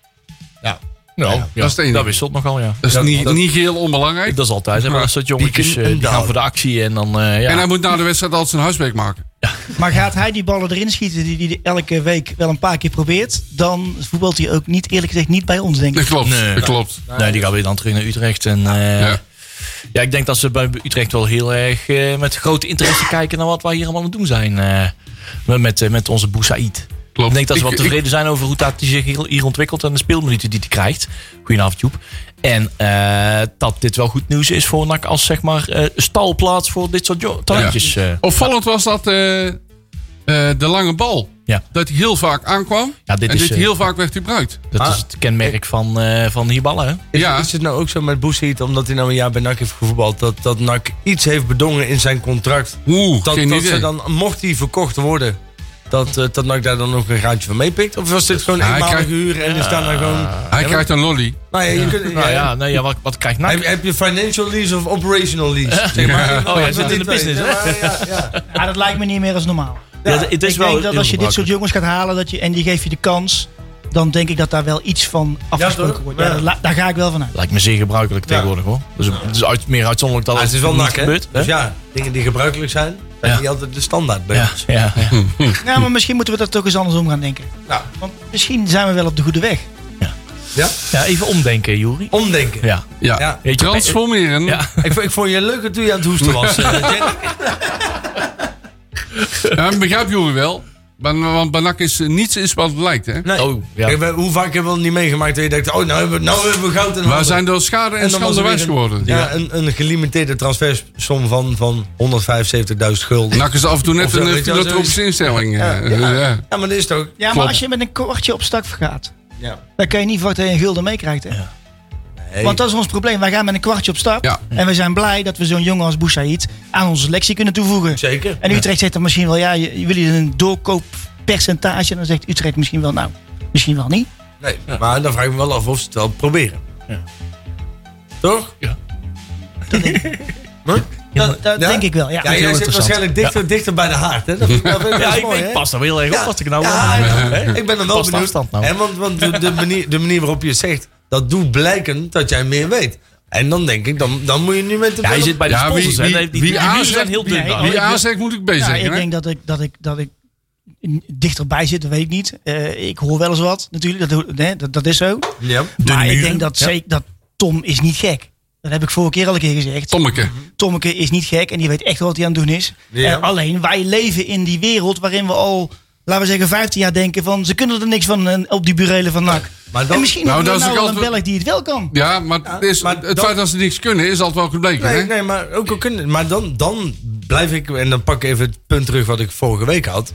Speaker 3: Nou, ja,
Speaker 4: dat is het enige.
Speaker 3: Dat wisselt nogal, ja.
Speaker 4: Dat is
Speaker 5: Ja,
Speaker 4: niet,
Speaker 5: dat-
Speaker 4: niet geheel onbelangrijk.
Speaker 3: Dat is altijd, hè? Maar dat soort jongetjes
Speaker 5: Pieken
Speaker 3: eh,
Speaker 5: en
Speaker 3: die gaan
Speaker 5: dalen.
Speaker 3: voor de actie en dan... eh, ja.
Speaker 4: En hij moet na de wedstrijd altijd zijn huiswerk maken.
Speaker 6: Maar gaat hij die ballen erin schieten die hij elke week wel een paar keer probeert, dan voetbalt hij ook niet, eerlijk gezegd, niet bij ons, denk
Speaker 4: Dat
Speaker 6: ik.
Speaker 4: klopt,
Speaker 3: Nee.
Speaker 4: dat klopt.
Speaker 3: Nee, die gaan weer dan terug naar Utrecht. En, eh,
Speaker 4: Ja.
Speaker 3: ja. ik denk dat ze bij Utrecht wel heel erg eh, met grote interesse kijken naar wat wij hier allemaal aan het doen zijn. eh, met- met, eh, met onze Boussaïd.
Speaker 4: Klopt.
Speaker 3: Ik denk dat ze
Speaker 4: Ik-
Speaker 3: wel tevreden zijn over hoe dat die zich hier, hier ontwikkelt en de speelminuten die hij krijgt. Goedenavond Joep. En eh, dat dit wel goed nieuws is voor NAC als zeg maar eh, stalplaats voor dit soort jo- talentjes. eh.
Speaker 4: Opvallend was dat eh, eh, de lange bal.
Speaker 3: Ja.
Speaker 4: Dat hij heel vaak aankwam.
Speaker 3: Ja, dit
Speaker 4: en
Speaker 3: is,
Speaker 4: dit
Speaker 3: eh,
Speaker 4: heel vaak werd gebruikt.
Speaker 3: Dat
Speaker 5: Ah.
Speaker 3: is het kenmerk van, eh van Hiballa. Hè?
Speaker 5: Is,
Speaker 4: Ja.
Speaker 5: is het nou ook zo met Boesheet, omdat hij nou een jaar bij NAC heeft gevoetbald, dat, dat NAC iets heeft bedongen in zijn contract?
Speaker 4: Oeh,
Speaker 5: Dat,
Speaker 4: geen
Speaker 5: dat
Speaker 4: idee.
Speaker 5: ze dan, mocht hij verkocht worden, dat, eh, dat NAC daar dan nog een gaatje van meepikt? Of was dit gewoon
Speaker 4: Hij
Speaker 5: eenmalige
Speaker 4: krijgt-
Speaker 5: huur en is daar dan gewoon...
Speaker 4: Hij krijgt een lolly.
Speaker 5: Nou ja, je kunt,
Speaker 3: Nou ja, nee, ja wat, wat krijgt NAC?
Speaker 5: Heb, heb je financial lease of operational lease? Zeg maar.
Speaker 3: Oh, jij zit in de
Speaker 5: Die twee.
Speaker 3: business, hè? Oh.
Speaker 5: Ja, ja, ja.
Speaker 6: Ja, dat lijkt me niet meer als normaal.
Speaker 3: Ja, het is
Speaker 6: ik
Speaker 3: wel
Speaker 6: denk dat
Speaker 3: heel
Speaker 6: als je dit soort
Speaker 3: gebruikelijk.
Speaker 6: jongens gaat halen dat je, en die geef je de kans, dan denk ik dat daar wel iets van afgesproken
Speaker 5: toch?
Speaker 6: wordt. Ja,
Speaker 5: Ja.
Speaker 6: dat la- daar ga ik wel van uit.
Speaker 3: Lijkt me zeer gebruikelijk tegenwoordig hoor. Dus het is uit, meer uitzonderlijk dat
Speaker 5: Maar Ah, het is wel
Speaker 3: niet
Speaker 5: nak, hè?
Speaker 3: gebeurt. hè?
Speaker 5: Dus ja, dingen die gebruikelijk zijn, zijn
Speaker 3: Ja.
Speaker 5: niet altijd de standaard bij
Speaker 3: Ja,
Speaker 5: ons.
Speaker 3: ja, ja.
Speaker 6: Nou, maar misschien moeten we dat toch eens anders om gaan denken.
Speaker 5: Nou.
Speaker 6: Want misschien zijn we wel op de goede weg.
Speaker 5: Ja?
Speaker 3: Ja, even omdenken, Juri.
Speaker 5: Omdenken.
Speaker 3: Ja.
Speaker 4: Ja.
Speaker 5: Ja.
Speaker 3: Weet je,
Speaker 4: Transformeren. Ja.
Speaker 3: Ja.
Speaker 5: Ik, vond- ik vond je leuker toen je aan het hoesten was. eh, Jenny.
Speaker 4: ik begrijp jullie wel. Maar- Want Banak is eh, niets is wat het lijkt. Hè?
Speaker 5: Nee.
Speaker 3: Oh, ja.
Speaker 5: Kijk, we- hoe vaak hebben we het niet meegemaakt dat je denkt, oh, nou hebben we, nou hebben we goud in handen.
Speaker 4: We zijn door schade en,
Speaker 5: En dan was
Speaker 4: schande
Speaker 5: er weer
Speaker 4: wijs
Speaker 5: een-
Speaker 4: geworden.
Speaker 5: Ja, een, een gelimiteerde transfersom van, van 175.000 gulden.
Speaker 4: Nak is af en toe net
Speaker 5: Of zo,
Speaker 4: een eh,
Speaker 5: weet je wel,
Speaker 4: filantropische instelling.
Speaker 5: Nou, ja,
Speaker 4: eh.
Speaker 5: ja.
Speaker 4: Ja.
Speaker 5: Ja, maar dit is toch...
Speaker 6: Ja, maar
Speaker 4: Klopt.
Speaker 6: als je met een kwartje op stak gaat,
Speaker 5: Ja.
Speaker 6: dan kan je niet verwachten dat je een gulden meekrijgt. hè?
Speaker 5: Hey.
Speaker 6: Want dat is ons probleem. Wij gaan met een kwartje op stap.
Speaker 4: Ja.
Speaker 6: En we zijn blij dat we zo'n jongen als Boussaïd aan onze selectie kunnen toevoegen.
Speaker 5: Zeker.
Speaker 6: En Utrecht zegt dan misschien wel, ja, je- je wil je een doorkooppercentage? En dan zegt Utrecht misschien wel, nou, misschien wel niet.
Speaker 5: Nee, maar dan vraag ik me wel af of ze het wel proberen.
Speaker 3: Ja.
Speaker 5: Toch?
Speaker 6: Dat, dat
Speaker 5: Ja?
Speaker 6: denk ik wel, ja.
Speaker 5: Ja, jij zit
Speaker 3: interessant.
Speaker 5: waarschijnlijk dichter, dichter bij de haard, hè? Dat vind ik wel dat
Speaker 3: Ja,
Speaker 5: is
Speaker 3: ik
Speaker 5: mooi,
Speaker 3: denk,
Speaker 5: hè?
Speaker 3: pas dan heel erg op wat ik nou
Speaker 5: Ja,
Speaker 3: wel-
Speaker 5: ja,
Speaker 3: hè?
Speaker 5: Ik ben dan wel
Speaker 3: Pas de
Speaker 5: benieuwd.
Speaker 3: afstand nou.
Speaker 5: Hè, want want de, de, manier, de manier waarop je het zegt, dat doet blijken dat jij meer weet. En dan denk ik, dan, dan moet je nu met de...
Speaker 3: Ja, hij zit bij de
Speaker 4: Ja, wie-
Speaker 3: sponsors. hè.
Speaker 4: wie-
Speaker 3: Nee, die-
Speaker 4: wie
Speaker 3: Die muren
Speaker 4: aanzet-
Speaker 3: zijn heel dun.
Speaker 6: Nee,
Speaker 3: daar.
Speaker 6: oh,
Speaker 4: Wie A zegt, moet ik B
Speaker 6: Ja,
Speaker 4: zeggen.
Speaker 6: ik
Speaker 4: hè?
Speaker 6: denk dat ik, dat ik, dat ik n- dichterbij zit, dat weet ik niet. Eh, ik hoor wel eens wat, natuurlijk. Dat, ho- hè, dat, dat is zo.
Speaker 5: Ja.
Speaker 6: maar ik
Speaker 3: muren,
Speaker 6: denk dat,
Speaker 3: ja.
Speaker 6: zeker, dat Tom is niet gek. Dat heb ik vorige keer al een keer gezegd.
Speaker 4: Tommeke.
Speaker 6: Tommeke is niet gek en die weet echt wel wat hij aan het doen is.
Speaker 5: Ja.
Speaker 6: Eh, alleen wij leven in die wereld waarin we al, laten we zeggen, 15 jaar denken van ze kunnen er niks van eh, op die burelen van NAC.
Speaker 5: Maar
Speaker 6: en
Speaker 5: dan...
Speaker 6: misschien
Speaker 4: Nou,
Speaker 6: nou,
Speaker 4: dat
Speaker 6: nou
Speaker 4: is ook
Speaker 6: wel een
Speaker 4: altijd- Mhm.
Speaker 6: Belg die het wel kan.
Speaker 4: Ja, maar, het, is,
Speaker 5: maar
Speaker 4: het
Speaker 5: dat-
Speaker 4: feit dat ze niks kunnen is altijd wel gebleken.
Speaker 5: Nee,
Speaker 4: hè?
Speaker 5: nee, maar ook al kunnen... Maar dan, dan blijf ik, en dan pak ik even het punt terug wat ik vorige week had.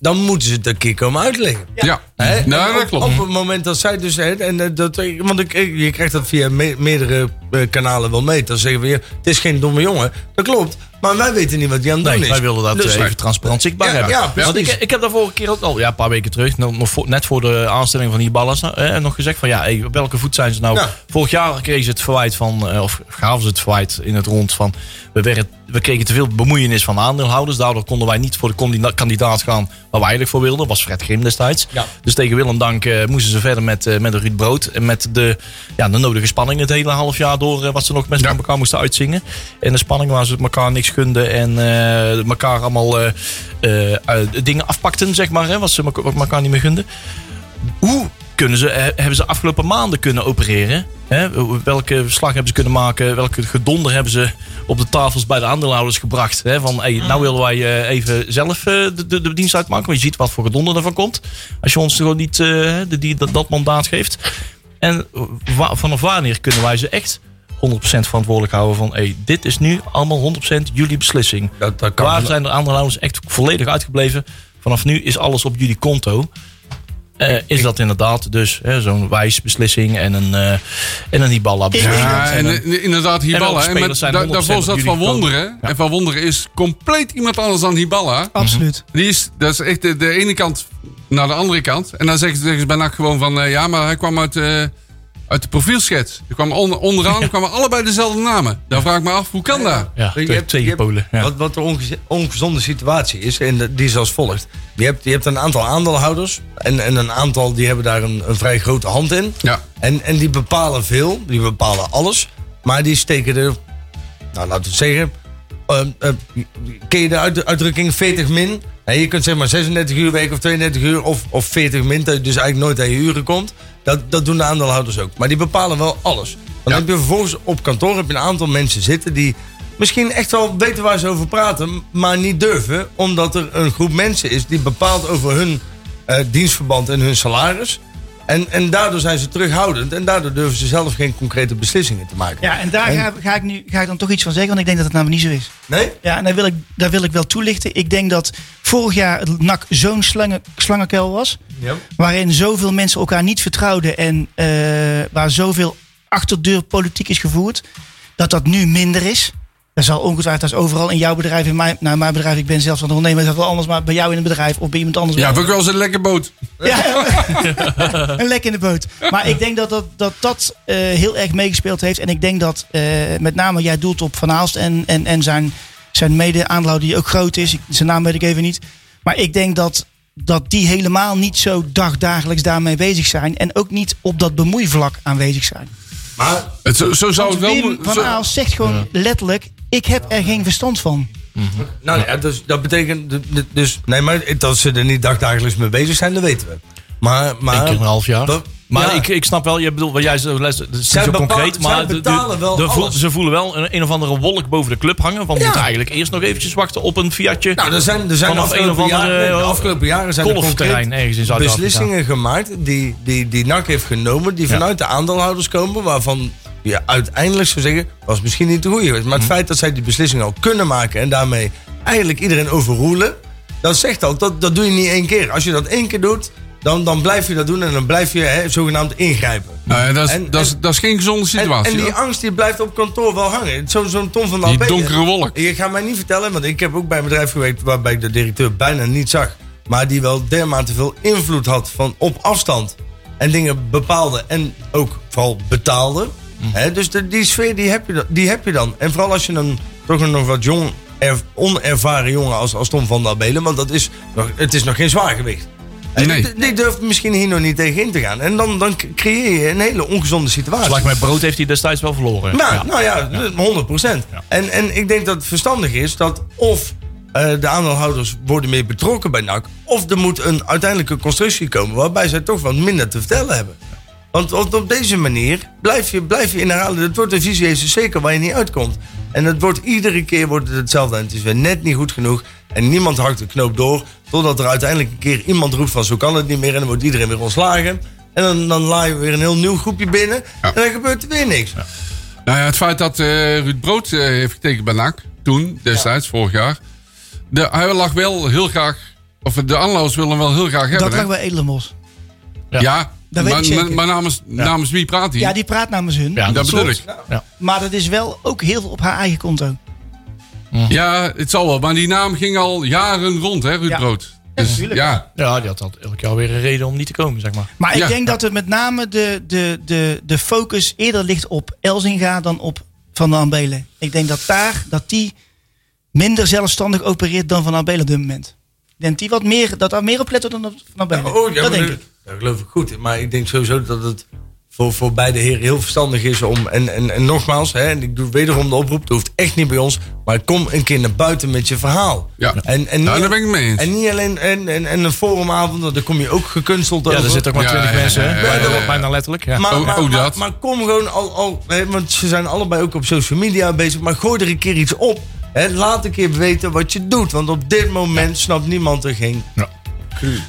Speaker 5: Dan moeten ze het een keer komen uitleggen.
Speaker 4: Ja,
Speaker 5: Hè?
Speaker 4: nou,
Speaker 5: En
Speaker 4: dat
Speaker 5: op-
Speaker 4: klopt.
Speaker 5: Op het moment dat zij dus... Hè, en, eh, dat, eh, want ik, ik- je krijgt dat via me- meerdere eh, kanalen wel mee. Dan zeggen we, ja, het is geen domme jongen. Dat klopt. Maar wij weten niet wat die aan het doen
Speaker 3: Nee,
Speaker 5: is.
Speaker 3: wij wilden dat
Speaker 5: Dus-
Speaker 3: eh, even transparant zichtbaar
Speaker 5: Ja,
Speaker 3: hebben.
Speaker 5: ja, precies.
Speaker 3: Want ik, ik heb daar vorige keer ook al, ja, een paar weken terug, nog, nog voor- net voor de aanstelling van die ballas, eh, nog gezegd van ja, hey, op welke voet zijn ze nou?
Speaker 5: Ja.
Speaker 3: Vorig jaar kregen ze het verwijt van, eh, of gaven ze het verwijt in het rond van, we, werden, we kregen te veel bemoeienis van aandeelhouders, daardoor konden wij niet voor de condi- kandidaat gaan waar wij eigenlijk voor wilden, was Fred Grim destijds.
Speaker 5: Ja.
Speaker 3: Dus tegen Willem Dank eh, moesten ze verder met, eh, met een Ruud Brood en met de, ja, de nodige spanning het hele half jaar door, eh, wat ze nog met
Speaker 4: Ja.
Speaker 3: elkaar moesten uitzingen. En de spanning waar ze elkaar niks gunden en eh, elkaar allemaal eh, eh, eh, dingen afpakten, zeg maar, hè, wat ze elka- elkaar niet meer gunden. Hoe kunnen ze, eh, hebben ze afgelopen maanden kunnen opereren? Hè? Welke slag hebben ze kunnen maken? Welke gedonder hebben ze op de tafels bij de aandeelhouders gebracht? Hè? Van, hey, nou willen wij eh, even zelf eh, de, de, de dienst uitmaken. Want je ziet wat voor gedonder ervan komt. Als je ons gewoon niet eh, de, die, dat, dat mandaat geeft. En wa- vanaf wanneer kunnen wij ze echt 100% verantwoordelijk houden van... Hey, dit is nu allemaal 100% jullie beslissing.
Speaker 5: Dat, dat kan
Speaker 3: Waar
Speaker 5: wel.
Speaker 3: zijn de aandeelhouders echt volledig uitgebleven? Vanaf nu is alles op jullie conto. Eh, is dat inderdaad dus hè, zo'n wijsbeslissing en een, eh en een Hiballa beslissing.
Speaker 4: Ja, en eh, inderdaad, Hiballa.
Speaker 3: welke
Speaker 4: hè,
Speaker 3: spelers
Speaker 4: maar
Speaker 3: zijn
Speaker 4: da-
Speaker 3: 100%
Speaker 4: daarvoor zat
Speaker 3: op
Speaker 4: Van
Speaker 3: jullie
Speaker 4: Wonderen. En Van Wonderen is compleet iemand anders dan Hiballa.
Speaker 6: Absoluut.
Speaker 4: Die is, dat is echt de, de ene kant naar de andere kant. En dan zeggen ze, zeggen ze bij NAC gewoon van... eh, ja, maar hij kwam uit, eh, uit de profielschets. Er kwam on- onderaan kwamen allebei dezelfde namen. Dan vraag ik me af, hoe kan dat?
Speaker 3: Ja,
Speaker 5: Je
Speaker 3: twee,
Speaker 5: hebt-
Speaker 3: twee
Speaker 5: je hebt-
Speaker 3: polen. Ja.
Speaker 5: Wat, wat de onge- ongezonde situatie is, en de- die is als volgt. Je hebt, je hebt een aantal aandeelhouders en, en een aantal die hebben daar een, een vrij grote hand in.
Speaker 4: Ja.
Speaker 5: En, en die bepalen veel, die bepalen alles. Maar die steken er, nou laten we het zeggen, ehm, eh, ken je de uit- uitdrukking 40 min? Hè, je kunt zeg maar 36 uur week of 32 uur of, of 40 min, dat je dus eigenlijk nooit aan je uren komt. Dat, dat doen de aandeelhouders ook. Maar die bepalen wel alles. Dan heb je vervolgens op kantoor heb je een aantal mensen zitten die misschien echt wel weten waar ze over praten, maar niet durven, omdat er een groep mensen is die bepaalt over hun eh, dienstverband en hun salaris. En, en daardoor zijn ze terughoudend en daardoor durven ze zelf geen concrete beslissingen te maken.
Speaker 6: Ja, en daar ga, ga ik nu ga ik dan toch iets van zeggen, want ik denk dat het namelijk niet zo is.
Speaker 5: Nee?
Speaker 6: Ja, en daar wil ik, daar wil ik wel toelichten. Ik denk dat vorig jaar het NAC zo'n slangen, slangenkuil was.
Speaker 5: Ja.
Speaker 6: Waarin zoveel mensen elkaar niet vertrouwden. En eh, waar zoveel achterdeur politiek is gevoerd. Dat dat nu minder is. Dat zal ongetwijfeld dat is overal in jouw bedrijf, in mijn, nou, in mijn bedrijf. Ik ben zelfs van de ondernemer, dat is wel anders. Maar bij jou in het bedrijf of bij iemand anders.
Speaker 4: Ja, vind ik wel eens een lekker boot.
Speaker 6: Ja, een lek in de boot. Maar ik denk dat dat, dat, dat eh, heel erg meegespeeld heeft. En ik denk dat eh, met name jij doelt op Van Haalst en, en, en zijn, zijn mede-aanlouder die ook groot is. Ik- zijn naam weet ik even niet. Maar ik denk dat, dat die helemaal niet zo dagdagelijks daarmee bezig zijn. En ook niet op dat bemoeivlak aanwezig zijn.
Speaker 5: Maar
Speaker 4: Het, zo, zo zou het
Speaker 6: Want
Speaker 4: wel...
Speaker 6: Wim
Speaker 4: moeten-
Speaker 6: van
Speaker 4: zo-
Speaker 6: Aalst zegt gewoon letterlijk... Ik heb er geen verstand van.
Speaker 5: Nou ja, dus, dat betekent d- d- dus... Nee, maar dat ze er niet dagdagelijks mee bezig zijn, dat weten we. Maar...
Speaker 3: Eén
Speaker 5: maar
Speaker 3: keer in een half jaar.
Speaker 5: dat-
Speaker 3: maar
Speaker 5: ja.
Speaker 3: ik, ik snap wel, je bedoelt, wat jij zo les, het is
Speaker 5: Zij
Speaker 3: niet zo
Speaker 5: bepaal-
Speaker 3: concreet,
Speaker 5: zij
Speaker 3: maar de- de-
Speaker 5: betalen wel
Speaker 3: de voel-
Speaker 5: alles.
Speaker 3: ze voelen wel een, een of andere wolk boven de club hangen. Want we moeten eigenlijk eerst nog eventjes wachten op een Fiatje.
Speaker 5: Nou, er zijn, er zijn de
Speaker 3: Vanaf een of
Speaker 5: afgelopen,
Speaker 3: andere,
Speaker 5: jaren, de
Speaker 3: eh,
Speaker 5: afgelopen jaren zijn er
Speaker 3: golfterrein
Speaker 5: concreet
Speaker 3: ergens in Zuid-Afrika.
Speaker 5: beslissingen gemaakt die, die, die NAC heeft genomen, die vanuit de aandeelhouders komen, waarvan je uiteindelijk zou zeggen, was misschien niet de goede geweest. Maar het
Speaker 3: Mhm.
Speaker 5: feit dat zij die beslissingen al kunnen maken en daarmee eigenlijk iedereen overroelen, dat zegt al, dat, dat doe je niet één keer. Als je dat één keer doet, dan, dan blijf je dat doen en dan blijf je hè, zogenaamd ingrijpen.
Speaker 4: Nou ja, dat is,
Speaker 5: En-
Speaker 4: dat, is,
Speaker 5: en-
Speaker 4: dat is geen gezonde
Speaker 5: En,
Speaker 4: situatie.
Speaker 5: en die
Speaker 4: hoor.
Speaker 5: angst die blijft op kantoor wel hangen. Zo- Zo'n Tom van de
Speaker 4: Die donkere wolk.
Speaker 5: Je gaat mij niet vertellen, want ik heb ook bij een bedrijf gewerkt waarbij ik de directeur bijna niet zag. Maar die wel dermate veel invloed had van op afstand. En dingen bepaalde en ook vooral betaalde.
Speaker 4: Mm.
Speaker 5: Hè, dus de- die sfeer die heb, je, dan- die heb je dan. En vooral als je een toch nog wat jong, erf- onervaren jongen als, als Tom van der Belen. Want dat is nog, het is nog geen zwaargewicht. En
Speaker 4: Nee.
Speaker 5: Die, die durft misschien hier nog niet tegen in te gaan. En dan, dan creëer je een hele ongezonde situatie.
Speaker 3: Slag met brood heeft hij destijds wel verloren.
Speaker 5: Nou
Speaker 3: Ja.
Speaker 5: ja, nou ja, 100
Speaker 3: Ja.
Speaker 5: En, en ik denk dat het verstandig is dat of eh, de aandeelhouders worden meer betrokken bij NAC... of er moet een uiteindelijke constructie komen waarbij zij toch wat minder te vertellen hebben. Want, want op deze manier blijf je, blijf je in herhalen. Het wordt een vicieuze zeker waar je niet uitkomt. En het wordt iedere keer wordt het hetzelfde. En het is weer net niet goed genoeg. En niemand hakt de knoop door. Totdat er uiteindelijk een keer iemand roept van zo kan het niet meer. En dan wordt iedereen weer ontslagen. En dan, dan laaien we weer een heel nieuw groepje binnen. En dan gebeurt er weer niks.
Speaker 4: Nou ja, het feit dat eh, Ruud Brood eh, heeft getekend bij NAC, toen, destijds, vorig jaar. De, hij lag wel heel graag, of de aanloos willen hem wel heel graag hebben.
Speaker 6: Dat lag
Speaker 4: hè?
Speaker 6: bij Edelmos.
Speaker 3: Ja.
Speaker 4: Ja,
Speaker 6: Dat weet
Speaker 4: maar,
Speaker 6: ik zeker.
Speaker 4: maar- maar namens, namens wie praat hij?
Speaker 6: Ja, die praat namens hun.
Speaker 3: Ja,
Speaker 4: dat bedoel ik.
Speaker 6: Maar dat is wel ook heel veel op haar eigen konto.
Speaker 4: Ja, het zal wel. Maar die naam ging al jaren rond, hè, Ruud
Speaker 6: Ja.
Speaker 4: Brood. Dus, ja,
Speaker 6: natuurlijk.
Speaker 3: Ja, die had al elk jaar weer een reden om niet te komen, zeg maar.
Speaker 6: Maar ik
Speaker 4: Ja.
Speaker 6: denk dat er met name de, de, de, de focus eerder ligt op Elzinga dan op Van Ambelen. Ik denk dat daar dat die minder zelfstandig opereert dan Van Ambelen op dit moment. Ik denk die wat meer, dat daar meer op let wordt dan op Van Ambelen.
Speaker 5: Oh, ja,
Speaker 6: dat
Speaker 5: maar
Speaker 6: denk
Speaker 5: dat-
Speaker 6: ik.
Speaker 5: Daar geloof ik goed in. Maar ik denk sowieso dat het voor, voor beide heren heel verstandig is om... En, en, en nogmaals, hè, en ik doe wederom de oproep. Het hoeft echt niet bij ons. Maar kom een keer naar buiten met je verhaal.
Speaker 4: Ja.
Speaker 5: En, en
Speaker 4: Nou,
Speaker 5: niet-
Speaker 4: daar ben ik het mee eens.
Speaker 5: En niet alleen en, en, en een forumavond, want daar kom je ook gekunsteld
Speaker 3: Ja,
Speaker 5: over.
Speaker 3: er zitten ook maar
Speaker 4: Ja,
Speaker 3: 20
Speaker 4: ja,
Speaker 3: mensen,
Speaker 4: ja,
Speaker 3: hè?
Speaker 4: ja, ja,
Speaker 3: Bijna-
Speaker 4: ja.
Speaker 3: Bijna letterlijk, ja.
Speaker 5: maar,
Speaker 4: Oh,
Speaker 5: maar,
Speaker 4: oh,
Speaker 5: maar-
Speaker 4: dat.
Speaker 5: maar kom gewoon al, al hè, want ze zijn allebei ook op social media bezig. Maar gooi er een keer iets op. Hè, laat een keer weten wat je doet. Want op dit moment snapt niemand er geen.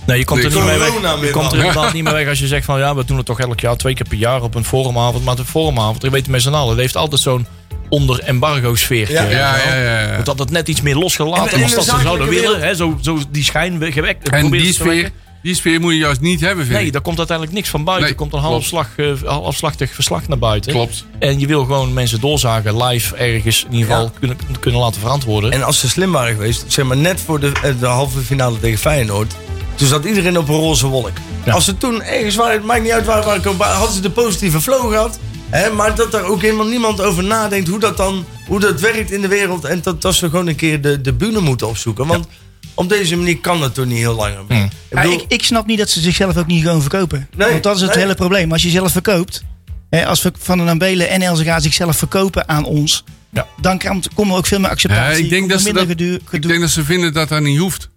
Speaker 3: Nee, je komt er
Speaker 4: De
Speaker 3: niet mee weg.
Speaker 5: corona
Speaker 3: Je
Speaker 5: weer
Speaker 3: komt er
Speaker 5: wel.
Speaker 3: inderdaad niet meer weg als je zegt van ja, we doen het toch elk jaar twee keer per jaar op een forumavond. Maar de forumavond, dat weten met z'n allen, dat heeft altijd zo'n onder embargo sfeer.
Speaker 5: Ja.
Speaker 4: ja, ja, ja. ja, ja.
Speaker 3: Wordt altijd net iets meer
Speaker 5: En-
Speaker 3: losgelaten
Speaker 5: en
Speaker 3: als
Speaker 5: de
Speaker 3: dat ze zouden
Speaker 5: zakelijke
Speaker 3: willen.
Speaker 5: wereld-
Speaker 3: Hè, zo, zo die schijn we- gewekt.
Speaker 4: En
Speaker 3: proberen
Speaker 4: die
Speaker 3: ze te
Speaker 4: sfeer,
Speaker 3: wekken.
Speaker 4: die sfeer moet je juist niet hebben, vind
Speaker 3: Nee,
Speaker 4: ik.
Speaker 3: daar komt uiteindelijk niks van buiten.
Speaker 4: Nee,
Speaker 3: Er komt een
Speaker 4: klopt.
Speaker 3: halfslag, eh, halfslachtig verslag naar buiten.
Speaker 4: Klopt.
Speaker 3: En je wil gewoon mensen doorzagen, live ergens in ieder geval kunnen, kunnen laten verantwoorden.
Speaker 5: En als ze slim waren geweest, zeg maar net voor de, eh, de halve finale tegen Feyenoord. Toen zat iedereen op een roze wolk.
Speaker 3: Ja.
Speaker 5: Als ze toen ergens waren, het maakt niet uit waar, waar ik op, hadden ze de positieve flow gehad. Hè, maar dat daar ook helemaal niemand over nadenkt hoe dat dan hoe dat werkt in de wereld. En dat, dat ze gewoon een keer de, de bühne moeten opzoeken. Want op deze manier kan dat toch niet heel lang. Ik
Speaker 6: Maar
Speaker 5: bedoel,
Speaker 6: ik, ik snap niet dat ze zichzelf ook niet gewoon verkopen.
Speaker 5: Nee,
Speaker 6: Want dat is het
Speaker 5: nee.
Speaker 6: hele probleem. Als je zelf verkoopt, hè, als we Van den Ambelen en Elzinga zichzelf verkopen aan ons,
Speaker 3: Ja.
Speaker 6: dan komt, komt er ook veel meer
Speaker 4: Ja,
Speaker 6: acceptatie.
Speaker 4: ik, denk
Speaker 6: komt
Speaker 4: dat ze
Speaker 6: er minder
Speaker 4: dat,
Speaker 6: gedoe,
Speaker 4: ik
Speaker 6: gedoe.
Speaker 4: denk dat ze vinden dat dat niet hoeft.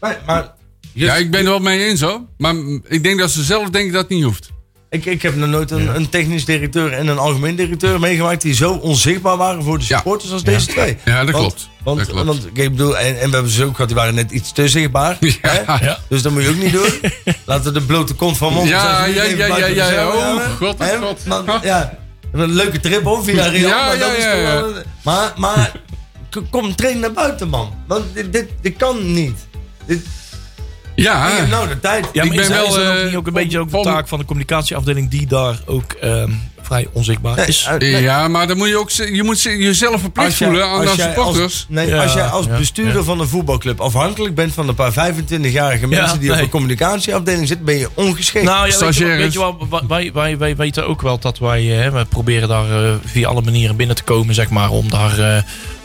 Speaker 5: nee, maar
Speaker 4: Ja, ik ben er wel mee eens hoor. Maar mm, ik denk dat ze zelf denken dat het niet hoeft.
Speaker 5: ik, ik heb nog nooit een, een technisch directeur en een algemeen directeur meegemaakt die zo onzichtbaar waren voor de
Speaker 4: Ja.
Speaker 5: supporters als deze twee.
Speaker 4: Ja, dat
Speaker 5: Want-
Speaker 4: klopt.
Speaker 5: Want,
Speaker 4: dat klopt.
Speaker 5: want ik bedoel, en, en we hebben ze ook gehad, die waren net iets te zichtbaar. Hè?
Speaker 4: ja, ja.
Speaker 5: Dus dat moet je ook niet doen. Laten we de blote kont van mond.
Speaker 4: Ja,
Speaker 5: zijn ze niet
Speaker 4: ja,
Speaker 5: even
Speaker 4: ja,
Speaker 5: buiten
Speaker 4: ja, ja,
Speaker 5: zichzelf
Speaker 4: oh,
Speaker 5: houden.
Speaker 4: god, oh,
Speaker 5: Hè?
Speaker 4: god.
Speaker 5: Want, ja, een leuke trip hoor, via Real.
Speaker 4: Ja,
Speaker 5: maar, dat
Speaker 4: ja,
Speaker 5: is
Speaker 4: ja,
Speaker 5: toch
Speaker 4: ja.
Speaker 5: wel een- maar, maar k- kom, train naar buiten, man. Want dit, dit, dit kan niet. Dit,
Speaker 4: Ah.
Speaker 5: Ik heb nou de tijd.
Speaker 3: Ja, maar
Speaker 4: Ik ben
Speaker 3: is, wel, is
Speaker 4: wel,
Speaker 3: dat ook
Speaker 4: eh,
Speaker 3: niet ook een beetje ook de
Speaker 4: van-
Speaker 3: taak van de communicatieafdeling die daar ook ehm, vrij onzichtbaar is?
Speaker 5: Eh,
Speaker 4: Ja,
Speaker 5: nee,
Speaker 4: maar dan moet je ook ze- je moet ze- jezelf verplicht
Speaker 5: jij-
Speaker 4: voelen aan de
Speaker 5: jij
Speaker 4: supporters.
Speaker 5: Als, nee,
Speaker 3: Ja,
Speaker 5: als jij als
Speaker 3: ja,
Speaker 5: bestuurder
Speaker 3: ja.
Speaker 5: van een voetbalclub afhankelijk bent van een paar 25-jarige mensen die op
Speaker 3: nee.
Speaker 5: een communicatieafdeling zitten, ben je ongeschikt.
Speaker 3: Nou ja, weet je, wel-
Speaker 4: Stagiaires.
Speaker 3: weet je wel, wa- wij, wij, wij weten ook wel dat wij, eh, hè, we proberen daar eh, via alle manieren binnen te komen, zeg maar, om daar, eh,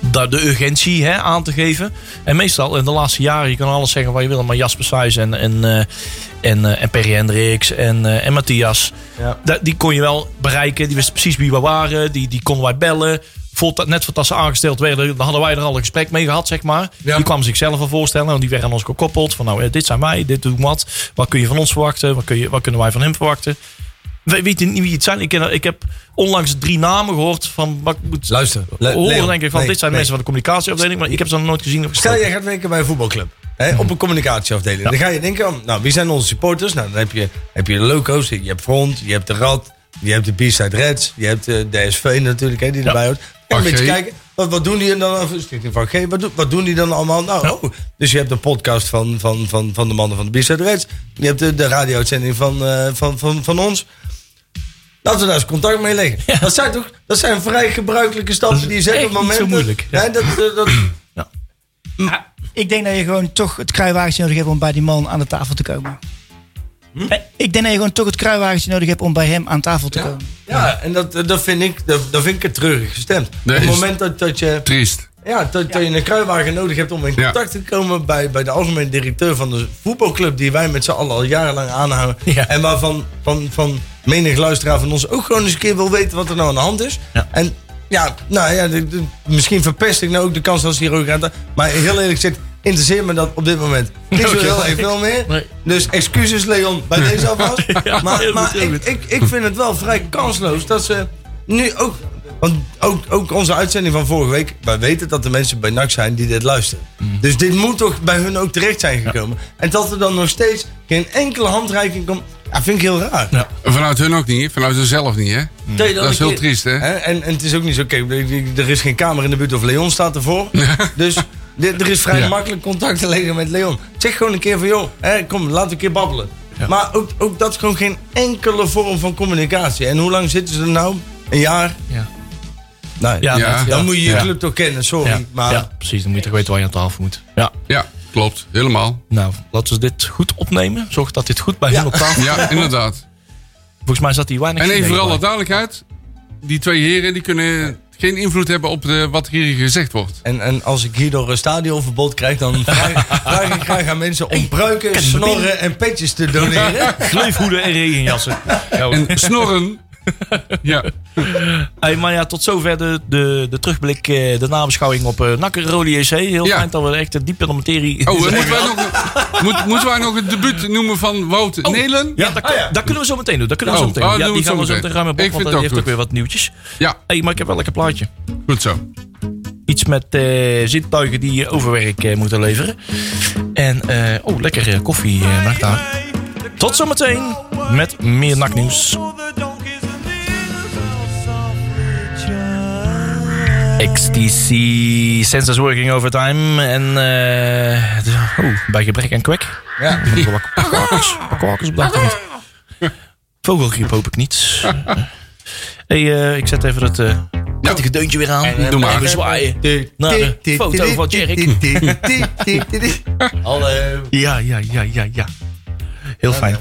Speaker 3: daar de urgentie hè, aan te geven. En meestal, in de laatste jaren, je kan alles zeggen wat je wil, maar Jasper Sijs en, en, eh, en, eh, en Perry Hendricks en, eh, en Matthias,
Speaker 5: Ja.
Speaker 3: da- die kon je wel bereiken, die wisten precies wie we waren, die, die konden wij bellen. Voordat, net voordat ze aangesteld werden, dan hadden wij er al een gesprek mee gehad, zeg maar. Die kwamen zichzelf al voorstellen en die werden aan ons gekoppeld. Van nou, eh, dit zijn wij, dit doen wat. Wat kun je van ons verwachten? Wat, kun je, wat kunnen wij van hem verwachten? We weten niet wie het zijn. Ik, ken- ik heb onlangs drie namen gehoord van... Wat ik moet
Speaker 5: Luister, Le-
Speaker 3: horen
Speaker 5: Leon,
Speaker 3: denk ik van,
Speaker 5: nee,
Speaker 3: dit zijn
Speaker 5: nee.
Speaker 3: mensen van de communicatieafdeling. Maar ik heb ze nog nooit gezien. Of
Speaker 5: Stel,
Speaker 3: gesproken.
Speaker 5: jij gaat werken bij een voetbalclub. Hè, op
Speaker 3: Mhm.
Speaker 5: een communicatieafdeling. Dan ga je denken, oh, nou, wie zijn onze supporters? Nou, dan heb je, heb je de loco's, je hebt Front, je hebt de Rad, je hebt de B-Side Reds, je hebt de, de SV natuurlijk, hè, die
Speaker 3: Ja.
Speaker 5: erbij hoort. En een
Speaker 4: AG.
Speaker 5: beetje kijken, wat, wat doen die dan? Of Stichting van AG, wat, doen- wat doen die dan allemaal? Nou,
Speaker 3: Ja.
Speaker 5: oh, dus je hebt de podcast van, van, van, van de mannen van de B-Side Reds. Je hebt de, de radio-uitzending van, eh, van, van, van ons. Laten we daar eens contact mee leggen. Dat zijn toch dat zijn vrij gebruikelijke stappen die je zet
Speaker 3: echt
Speaker 5: op
Speaker 3: niet zo
Speaker 5: momenten.
Speaker 3: moeilijk, ja.
Speaker 5: Hè, dat, dat, dat,
Speaker 6: Ik denk dat je gewoon toch het kruiwagentje nodig hebt om bij die man aan de tafel te komen.
Speaker 3: Hm?
Speaker 6: Eh, Ik denk dat je gewoon toch het kruiwagentje nodig hebt om bij hem aan tafel te komen.
Speaker 5: Ja, en dat, dat, vind, ik, dat, dat vind ik het treurig gestemd.
Speaker 4: Nee,
Speaker 5: Op het
Speaker 4: is-
Speaker 5: moment dat, dat, je,
Speaker 4: Triest.
Speaker 5: ja, dat, dat je een kruiwagen nodig hebt om in
Speaker 4: Ja.
Speaker 5: contact te komen bij, bij de algemene directeur van de voetbalclub die wij met z'n allen al jarenlang aanhouden.
Speaker 3: Ja.
Speaker 5: En waarvan van, van menig luisteraar van ons ook gewoon eens een keer wil weten wat er nou aan de hand is.
Speaker 3: Ja.
Speaker 5: En ja, nou ja, de- de- misschien verpest ik nou ook de kans als hij hier ook gaat. Maar heel eerlijk gezegd, interesseert me dat op dit moment niet zo
Speaker 3: Oké.
Speaker 5: heel erg veel meer.
Speaker 3: Nee.
Speaker 5: Dus excuses Leon, bij deze alvast.
Speaker 3: Ja, heel
Speaker 5: maar
Speaker 3: goed,
Speaker 5: maar
Speaker 3: heel
Speaker 5: ik,
Speaker 3: goed.
Speaker 5: ik, ik vind het wel vrij kansloos dat ze nu ook... Want ook, ook onze uitzending van vorige week... Wij weten dat er mensen bij NAC zijn die dit luisteren.
Speaker 3: Mm.
Speaker 5: Dus dit moet toch bij hun ook terecht zijn gekomen. En dat er dan nog steeds geen enkele handreiking komt... Ja, vind ik heel raar.
Speaker 4: En Vanuit hun ook niet, vanuit hunzelf niet, hè?
Speaker 5: Stel je dan
Speaker 4: Dat is
Speaker 5: een
Speaker 4: heel
Speaker 5: keer-
Speaker 4: triest, hè?
Speaker 5: Hè, En, en het is ook niet zo, kijk, er is geen kamer in de buurt of Leon staat ervoor. dus de- er is vrij
Speaker 4: Ja.
Speaker 5: makkelijk contact te leggen met Leon. Zeg gewoon een keer van, joh, hè, kom, laten we een keer babbelen. Maar ook, ook dat is gewoon geen enkele vorm van communicatie. En hoe lang zitten ze er nou? Een jaar?
Speaker 3: Ja.
Speaker 5: Nee.
Speaker 3: Ja,
Speaker 4: Ja.
Speaker 3: dat-
Speaker 5: Dan moet je je
Speaker 3: Ja.
Speaker 5: club toch kennen, sorry.
Speaker 3: Ja,
Speaker 5: Maar
Speaker 3: ja, precies. Dan moet je toch weten waar je aan tafel moet. Ja.
Speaker 4: Ja, klopt. Helemaal.
Speaker 3: Nou, laten we dit goed opnemen. Zorg dat dit goed bij hun op tafel...
Speaker 4: Ja, inderdaad.
Speaker 3: Volgens mij zat hij weinig...
Speaker 4: En even
Speaker 3: gelegen
Speaker 4: voor alle
Speaker 3: bij.
Speaker 4: duidelijkheid. Die twee heren die kunnen geen invloed hebben op de, wat hier gezegd wordt.
Speaker 5: En, en als ik hierdoor een stadionverbod krijg, dan vraag, vraag ik graag aan mensen om pruiken, snorren en petjes te doneren.
Speaker 3: Kleefhoeden en regenjassen. Nou, Ja,
Speaker 5: Oh.
Speaker 3: hoor.
Speaker 4: En snorren. Ja.
Speaker 3: Hey, maar ja, tot zover de, de, de terugblik, eh, de nabeschouwing op eh NAC Rode JC. Heel
Speaker 4: Ja.
Speaker 3: fijn dat we echt eh, diep in de materie
Speaker 4: Oh, eh,
Speaker 3: zijn.
Speaker 4: moeten wij, nog, moet, moeten wij nog het debuut noemen van Wout
Speaker 5: Oh.
Speaker 4: Nelen?
Speaker 3: Ja, dat, kan- dat kunnen we zo meteen doen. Dat kunnen we
Speaker 4: Ah,
Speaker 3: zo
Speaker 4: Oh,
Speaker 3: meteen doen. Ja,
Speaker 4: ah, doen
Speaker 3: die
Speaker 4: we
Speaker 3: gaan
Speaker 4: het
Speaker 3: we
Speaker 4: zo
Speaker 3: zo meteen ruimen op,
Speaker 4: meteen. Ik
Speaker 3: want die
Speaker 4: vind het
Speaker 3: heeft
Speaker 4: ook
Speaker 3: ook weer wat nieuwtjes.
Speaker 4: Ja,
Speaker 3: hey, maar ik heb wel een lekker plaatje.
Speaker 4: goed zo.
Speaker 3: Iets met eh zintuigen die eh, overwerk eh, moeten leveren. En, eh, oh, lekker eh, koffie eh maakt daar. Tot zometeen met meer naknieuws. XTC Sensors Working Overtime. En, eh, de- oh, bij gebrek aan kwek.
Speaker 5: Ja.
Speaker 3: Ik moet wel wat- wat kwakers- wat kwakers op de achtergrond. Vogelgriep hoop ik niet. hey, eh, ik zet even dat eh prettige deuntje weer aan.
Speaker 4: Doe maar.
Speaker 5: Dus
Speaker 3: Even zwaaien. Naar
Speaker 5: Nou,
Speaker 3: de foto van Jerry.
Speaker 5: Hallo.
Speaker 3: Ja, ja, ja, ja, ja. Heel fijn.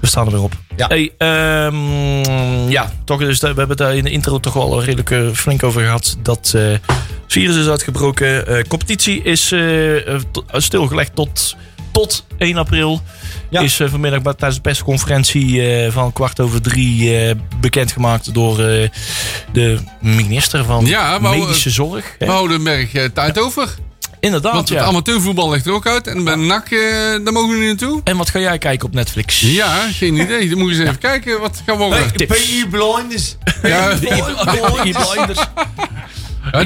Speaker 3: We staan er weer op.
Speaker 5: Ja.
Speaker 3: Hey, ehm, ja, toch, dus, daar- we hebben het daar in de intro toch wel redelijk eh, flink over gehad. Dat eh, het virus is uitgebroken. Eh, competitie is eh, eh, to- eh, stilgelegd tot, tot 1 april.
Speaker 5: Ja.
Speaker 3: Is eh, vanmiddag bij, tijdens de persconferentie eh, van kwart over drie eh, bekendgemaakt door eh, de minister van
Speaker 4: Ja, maar-
Speaker 3: Medische Zorg. hè?
Speaker 4: We houden Merg eh, tijd over.
Speaker 5: Oh,
Speaker 3: Inderdaad,
Speaker 4: Want het
Speaker 3: ja.
Speaker 4: amateurvoetbal ligt er ook uit. En bij NAC, eh, daar mogen we niet naartoe.
Speaker 3: En wat ga jij kijken op Netflix?
Speaker 4: Ja, geen idee. Dan moet je eens even kijken wat het gaat worden.
Speaker 3: Tips.
Speaker 5: PI blind is...
Speaker 4: Ja,
Speaker 3: Die blinders.
Speaker 4: ja, die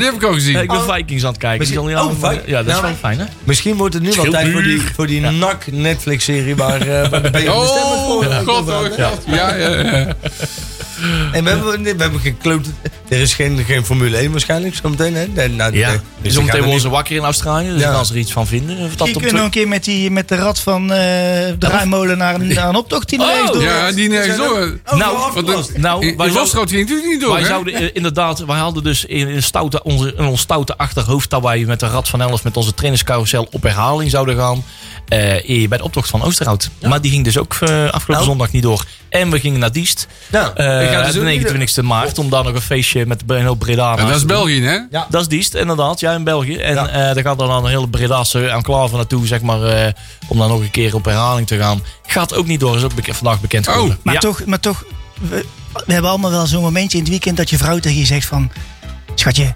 Speaker 4: heb ik al
Speaker 3: Ja,
Speaker 4: gezien.
Speaker 3: ik Oh, ben Vikings aan het kijken. dus
Speaker 5: Misschien-
Speaker 3: Die zal niet
Speaker 5: oh,
Speaker 3: aan-
Speaker 5: Vi-
Speaker 3: ja, dat is
Speaker 5: Nou,
Speaker 3: wel fijn, hè?
Speaker 5: Misschien wordt het nu wel
Speaker 3: Scheelt
Speaker 5: tijd voor die,
Speaker 3: duur.
Speaker 5: voor die NAC Netflix-serie waar eh, waar de BN'ers stemmen voor.
Speaker 4: Oh, god, oh, god. Ja, ja, ja.
Speaker 5: En we hebben, nee, we hebben geen klote- Er is geen, geen Formule 1 waarschijnlijk zometeen. Hè? Nee, nou, nee. Dus we gaan
Speaker 3: Zometeen
Speaker 5: er
Speaker 3: worden
Speaker 5: niet-
Speaker 3: ze wakker in Australië. Dus
Speaker 5: Ja.
Speaker 3: dan gaan ze er iets van vinden. Of dat
Speaker 6: Je
Speaker 3: op
Speaker 6: kunt nog een keer met, die, met de rat van eh de draaimolen naar, een- naar een optocht die er
Speaker 3: Oh!
Speaker 6: is door.
Speaker 4: Ja, die nergens door.
Speaker 5: Oh,
Speaker 3: Nou,
Speaker 5: wel
Speaker 4: Want
Speaker 5: afgelast.
Speaker 4: dat-
Speaker 3: Nou,
Speaker 4: in
Speaker 3: wij
Speaker 4: in
Speaker 3: zouden-
Speaker 4: Losgroot ging het natuurlijk niet door,
Speaker 3: Wij
Speaker 4: hè?
Speaker 3: zouden eh, inderdaad, wij hadden dus in, in, stoute, onze, in ons stoute achterhoofd dat wij met de Rad van Elf, met onze trainerscarousel op herhaling zouden gaan. eh, eh, bij de optocht van Oosterhout. Maar die ging dus ook eh, afgelopen
Speaker 5: Nou.
Speaker 3: zondag niet door. En we gingen naar Diest.
Speaker 5: Nou,
Speaker 3: eh,
Speaker 5: ik ga dus
Speaker 3: de
Speaker 5: ook niet-
Speaker 3: 29e maart. Om daar nog een feestje met een heel Breda
Speaker 4: Ja, dat is België, hè?
Speaker 3: Dat is Diest, inderdaad. Ja, in België. En
Speaker 5: Ja.
Speaker 3: eh, daar gaat dan een hele Bredase enclave naartoe, zeg maar. eh, om dan nog een keer op herhaling te gaan. Gaat ook niet door, is ook beke- vandaag bekend
Speaker 4: Oh.
Speaker 3: geworden.
Speaker 6: Maar
Speaker 3: ja.
Speaker 6: toch, maar toch we, we hebben allemaal wel zo'n momentje in het weekend dat je vrouw tegen je zegt van... Schatje,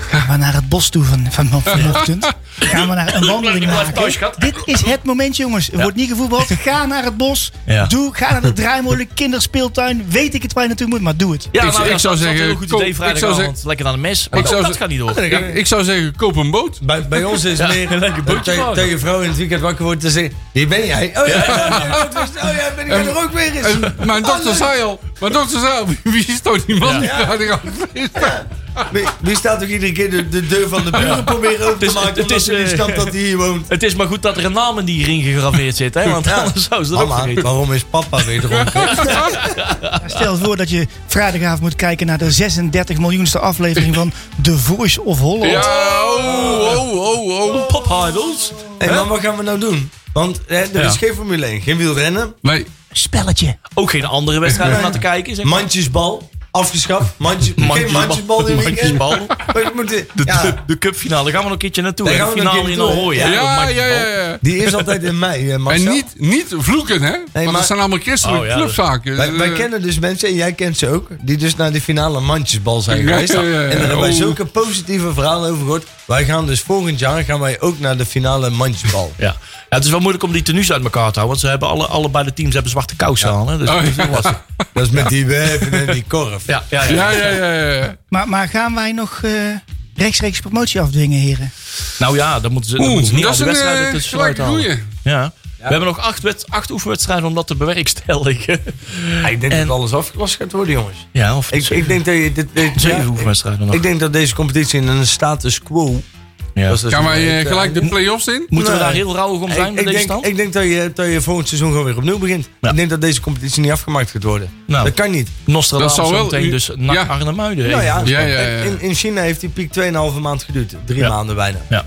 Speaker 6: gaan we naar het bos toe van, van, vanochtend? Gaan we naar een wandeling
Speaker 3: blijf thuis,
Speaker 6: maken?
Speaker 3: schat.
Speaker 6: Dit is het moment, jongens. Er wordt niet gevoetbald. Ga naar het bos.
Speaker 3: Ja.
Speaker 6: Doe, ga naar de draaimolen, kinderspeeltuin. Weet ik het waar je naartoe moet, maar doe het.
Speaker 3: Ja,
Speaker 4: Ik- ik
Speaker 3: dat-
Speaker 4: zou
Speaker 3: dat is
Speaker 4: zeggen,
Speaker 3: een heel goed
Speaker 4: koop-
Speaker 3: idee
Speaker 4: ik zou
Speaker 3: vrijdagavond. Lekker aan de mes. Maar
Speaker 4: Ik
Speaker 3: ook
Speaker 4: zou
Speaker 3: dat
Speaker 4: ze-
Speaker 3: gaat niet door.
Speaker 4: Ik, ik zou zeggen, koop een boot.
Speaker 5: Bij, bij ons is het meer
Speaker 3: lekker
Speaker 5: dat
Speaker 3: bootje
Speaker 5: tegen
Speaker 3: maken.
Speaker 5: tegen je vrouw in het weekend wakker wordt te zeggen... Hier ben jij. Oh ja, oh ja ben ik er ook weer eens.
Speaker 4: En mijn dochter zei al, mijn dochter zei al, wie is toch die man? Ja.
Speaker 5: Wie, wie staat ook iedere keer de, de deur van de buren proberen open te
Speaker 3: is-
Speaker 5: maken?
Speaker 3: het
Speaker 5: omdat
Speaker 3: is,
Speaker 5: ze niet
Speaker 3: eh,
Speaker 5: snapt dat hij hier woont.
Speaker 3: Het is maar goed dat er een naam in die ring gegraveerd zit. Hè? Want anders zou ze dat ook
Speaker 5: Mama,
Speaker 3: vergeten.
Speaker 5: waarom is papa weer dronken?
Speaker 6: Stel voor dat je vrijdagavond moet kijken naar de 36 miljoenste aflevering van The Voice of Holland.
Speaker 4: Ja, oh, oh, oh, oh.
Speaker 3: Pop Idols.
Speaker 5: Hé, maar wat gaan we nou doen? Want hè, er is geen Formule 1, geen wielrennen,
Speaker 4: Nee,
Speaker 6: Spelletje.
Speaker 3: Ook geen andere wedstrijd om naar te kijken. Zeg.
Speaker 5: mandjesbal, afgeschaft, mandje, geen mandjesbal in weekend.
Speaker 3: Mandjesbal.
Speaker 5: We moeten,
Speaker 3: De, de,
Speaker 5: ja,
Speaker 3: de cupfinale. Daar gaan we nog een keertje naartoe.
Speaker 5: Daar
Speaker 3: hè?
Speaker 5: gaan
Speaker 3: De
Speaker 5: we nog een
Speaker 3: finale in
Speaker 5: keer naartoe,
Speaker 3: Ahoy.
Speaker 5: hè?
Speaker 3: hè, op
Speaker 4: ja, ja,
Speaker 3: mandjesbal.
Speaker 4: ja. ja.
Speaker 5: die is altijd in mei, hè,
Speaker 4: En
Speaker 5: Marcel.
Speaker 4: niet, niet vloeken, hè? Want
Speaker 5: maar-
Speaker 4: dat zijn allemaal christelijke
Speaker 3: Oh, ja, dat-
Speaker 4: clubzaken.
Speaker 5: Wij, wij
Speaker 4: Eh,
Speaker 5: kennen dus mensen, en jij kent ze ook, die dus naar die finale mandjesbal zijn
Speaker 4: Ja,
Speaker 5: geweest.
Speaker 4: ja, ja, ja.
Speaker 5: En daar hebben wij
Speaker 4: Oh.
Speaker 5: zulke positieve verhalen over gehoord. Wij gaan dus volgend jaar gaan wij ook naar de finale mandjesbal.
Speaker 3: Ja. ja, het is wel moeilijk om die tenues uit elkaar te houden. Want ze hebben alle, allebei de teams hebben zwarte kousen aan. Hè? Dus dat is heel lastig.
Speaker 5: Dat is met die werven en die korf.
Speaker 3: Ja, ja, ja.
Speaker 4: Ja, ja, ja, ja, ja.
Speaker 6: Maar, maar gaan wij nog eh, rechtstreeks promotie afdwingen, heren?
Speaker 3: Nou ja, dan moeten ze, dan
Speaker 4: Oeh,
Speaker 3: moeten ze niet
Speaker 4: dat
Speaker 3: al
Speaker 4: is
Speaker 3: de
Speaker 4: een
Speaker 3: wedstrijden
Speaker 4: eh,
Speaker 3: tussen
Speaker 4: gelijke
Speaker 3: uithalen.
Speaker 4: goeie.
Speaker 3: Ja. We hebben nog acht, wed- acht oefenwedstrijden om dat te bewerkstelligen.
Speaker 5: ik denk
Speaker 3: En-
Speaker 5: dat alles afgewas gaat worden, jongens.
Speaker 3: Ja, of
Speaker 5: Ik, ik denk dat je dit, dit-
Speaker 3: zeven
Speaker 5: ja,
Speaker 3: oefenwedstrijden nog.
Speaker 5: ik denk dat deze competitie in een status quo.
Speaker 3: Ja.
Speaker 5: dat is dus
Speaker 4: Gaan wij
Speaker 5: een-
Speaker 4: eh,
Speaker 5: eh,
Speaker 4: gelijk de play-offs in?
Speaker 3: Moeten we
Speaker 5: Nee.
Speaker 3: daar heel rauwig om
Speaker 5: Ik,
Speaker 3: zijn
Speaker 5: ik
Speaker 3: met deze
Speaker 5: denk,
Speaker 3: stand?
Speaker 5: ik denk dat je, dat je volgend seizoen gewoon weer opnieuw begint.
Speaker 3: Ja.
Speaker 5: Ik denk dat deze competitie niet afgemaakt gaat worden.
Speaker 3: Nou.
Speaker 5: Dat kan niet.
Speaker 3: Nostradamus
Speaker 4: Dat zou wel-
Speaker 3: zometeen dus naar
Speaker 4: Ja.
Speaker 3: Arnhem-Muiden.
Speaker 5: Nou ja,
Speaker 4: Ja, ja, ja.
Speaker 5: In, in China heeft die piek 2,5 maand geduurd. Drie
Speaker 3: Ja.
Speaker 5: maanden bijna.
Speaker 3: Ja.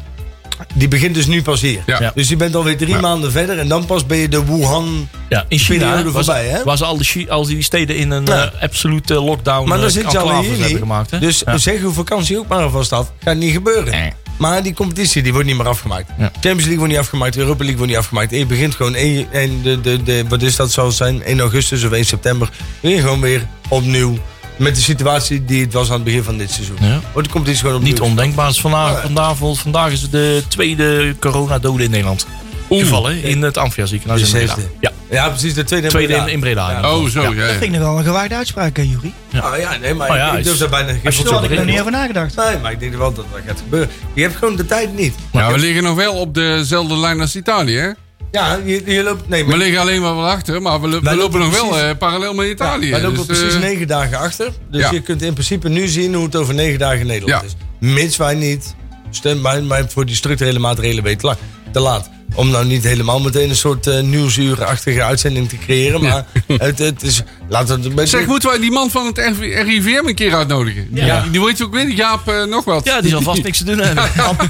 Speaker 5: Die begint dus nu pas hier.
Speaker 4: Ja.
Speaker 3: Ja.
Speaker 5: Dus je bent alweer drie maanden verder en dan pas ben je de Wuhan.
Speaker 3: Ja, in China
Speaker 5: periode
Speaker 3: was,
Speaker 5: voorbij, hè?
Speaker 3: was al, die, Chi- al die steden in een
Speaker 5: Ja.
Speaker 3: eh, absolute lockdown.
Speaker 5: Maar dan
Speaker 3: eh,
Speaker 5: zit je al
Speaker 3: enclaves
Speaker 5: hier
Speaker 3: hebben
Speaker 5: niet.
Speaker 3: gemaakt. Hè?
Speaker 5: Dus
Speaker 3: Ja.
Speaker 5: zeg uw vakantie ook maar alvast af. Gaat niet gebeuren.
Speaker 3: Nee.
Speaker 5: Maar die competitie die wordt niet meer afgemaakt.
Speaker 3: Ja.
Speaker 5: Champions League wordt niet afgemaakt, Europa League wordt niet afgemaakt. En je begint gewoon, en, en de, de, de, wat is dat zal zijn, 1 augustus of 1 september. Begin je gewoon weer opnieuw met de situatie die het was aan het begin van dit seizoen.
Speaker 3: Ja.
Speaker 5: Wordt de competitie gewoon opnieuw.
Speaker 3: Niet ondenkbaar. Het is Vandaag, vandaag, vol- vandaag is de tweede coronadode in Nederland. Gevallen in het Amphia ziekenhuis.
Speaker 5: De
Speaker 3: in Breda.
Speaker 5: zesde.
Speaker 3: Ja,
Speaker 5: Ja, precies, de tweede.
Speaker 3: tweede in,
Speaker 5: inbraak.
Speaker 3: in Breda. Ja.
Speaker 4: Oh, zo. Ja, ja.
Speaker 6: vind ik nog wel een gewaagde uitspraak, eh, hè, Juri.
Speaker 5: Ah ja, nee, maar
Speaker 3: Oh ja,
Speaker 5: ik
Speaker 3: is-
Speaker 5: durf daar bijna geen
Speaker 3: als je
Speaker 5: voedsel
Speaker 3: het
Speaker 6: Daar
Speaker 5: op
Speaker 6: had ik nog
Speaker 5: in.
Speaker 6: niet over nagedacht.
Speaker 5: Nee, maar ik denk wel dat dat gaat gebeuren. Je hebt gewoon de tijd niet.
Speaker 3: Nou,
Speaker 4: Ja, we liggen nog wel op dezelfde lijn als Italië. Hè?
Speaker 5: Ja, je, je loopt... Nee,
Speaker 4: We
Speaker 5: maar,
Speaker 4: liggen alleen maar wel achter, maar we, lo-
Speaker 5: Wij
Speaker 4: we
Speaker 5: lopen
Speaker 4: lopen nog wel
Speaker 5: precies-
Speaker 4: eh, parallel met Italië.
Speaker 5: wij lopen
Speaker 4: Dus,
Speaker 5: precies
Speaker 4: eh,
Speaker 5: negen dagen achter. Dus
Speaker 4: ja.
Speaker 5: je kunt in principe nu zien hoe het over negen dagen in Nederland
Speaker 4: Ja.
Speaker 5: is. Mits wij niet... Stem wij, wij voor die structurele maatregelen weer te la- te laat. Om nou niet helemaal meteen een soort eh nieuwsuurachtige uitzending te creëren. Maar het, het is... Laten we het een beetje...
Speaker 4: Zeg, moeten wij die man van het RIV- RIVM een keer uitnodigen? Ja. Die, die weet ook weer, Jaap eh, nog wat.
Speaker 3: Ja, die zal vast niks te doen hebben.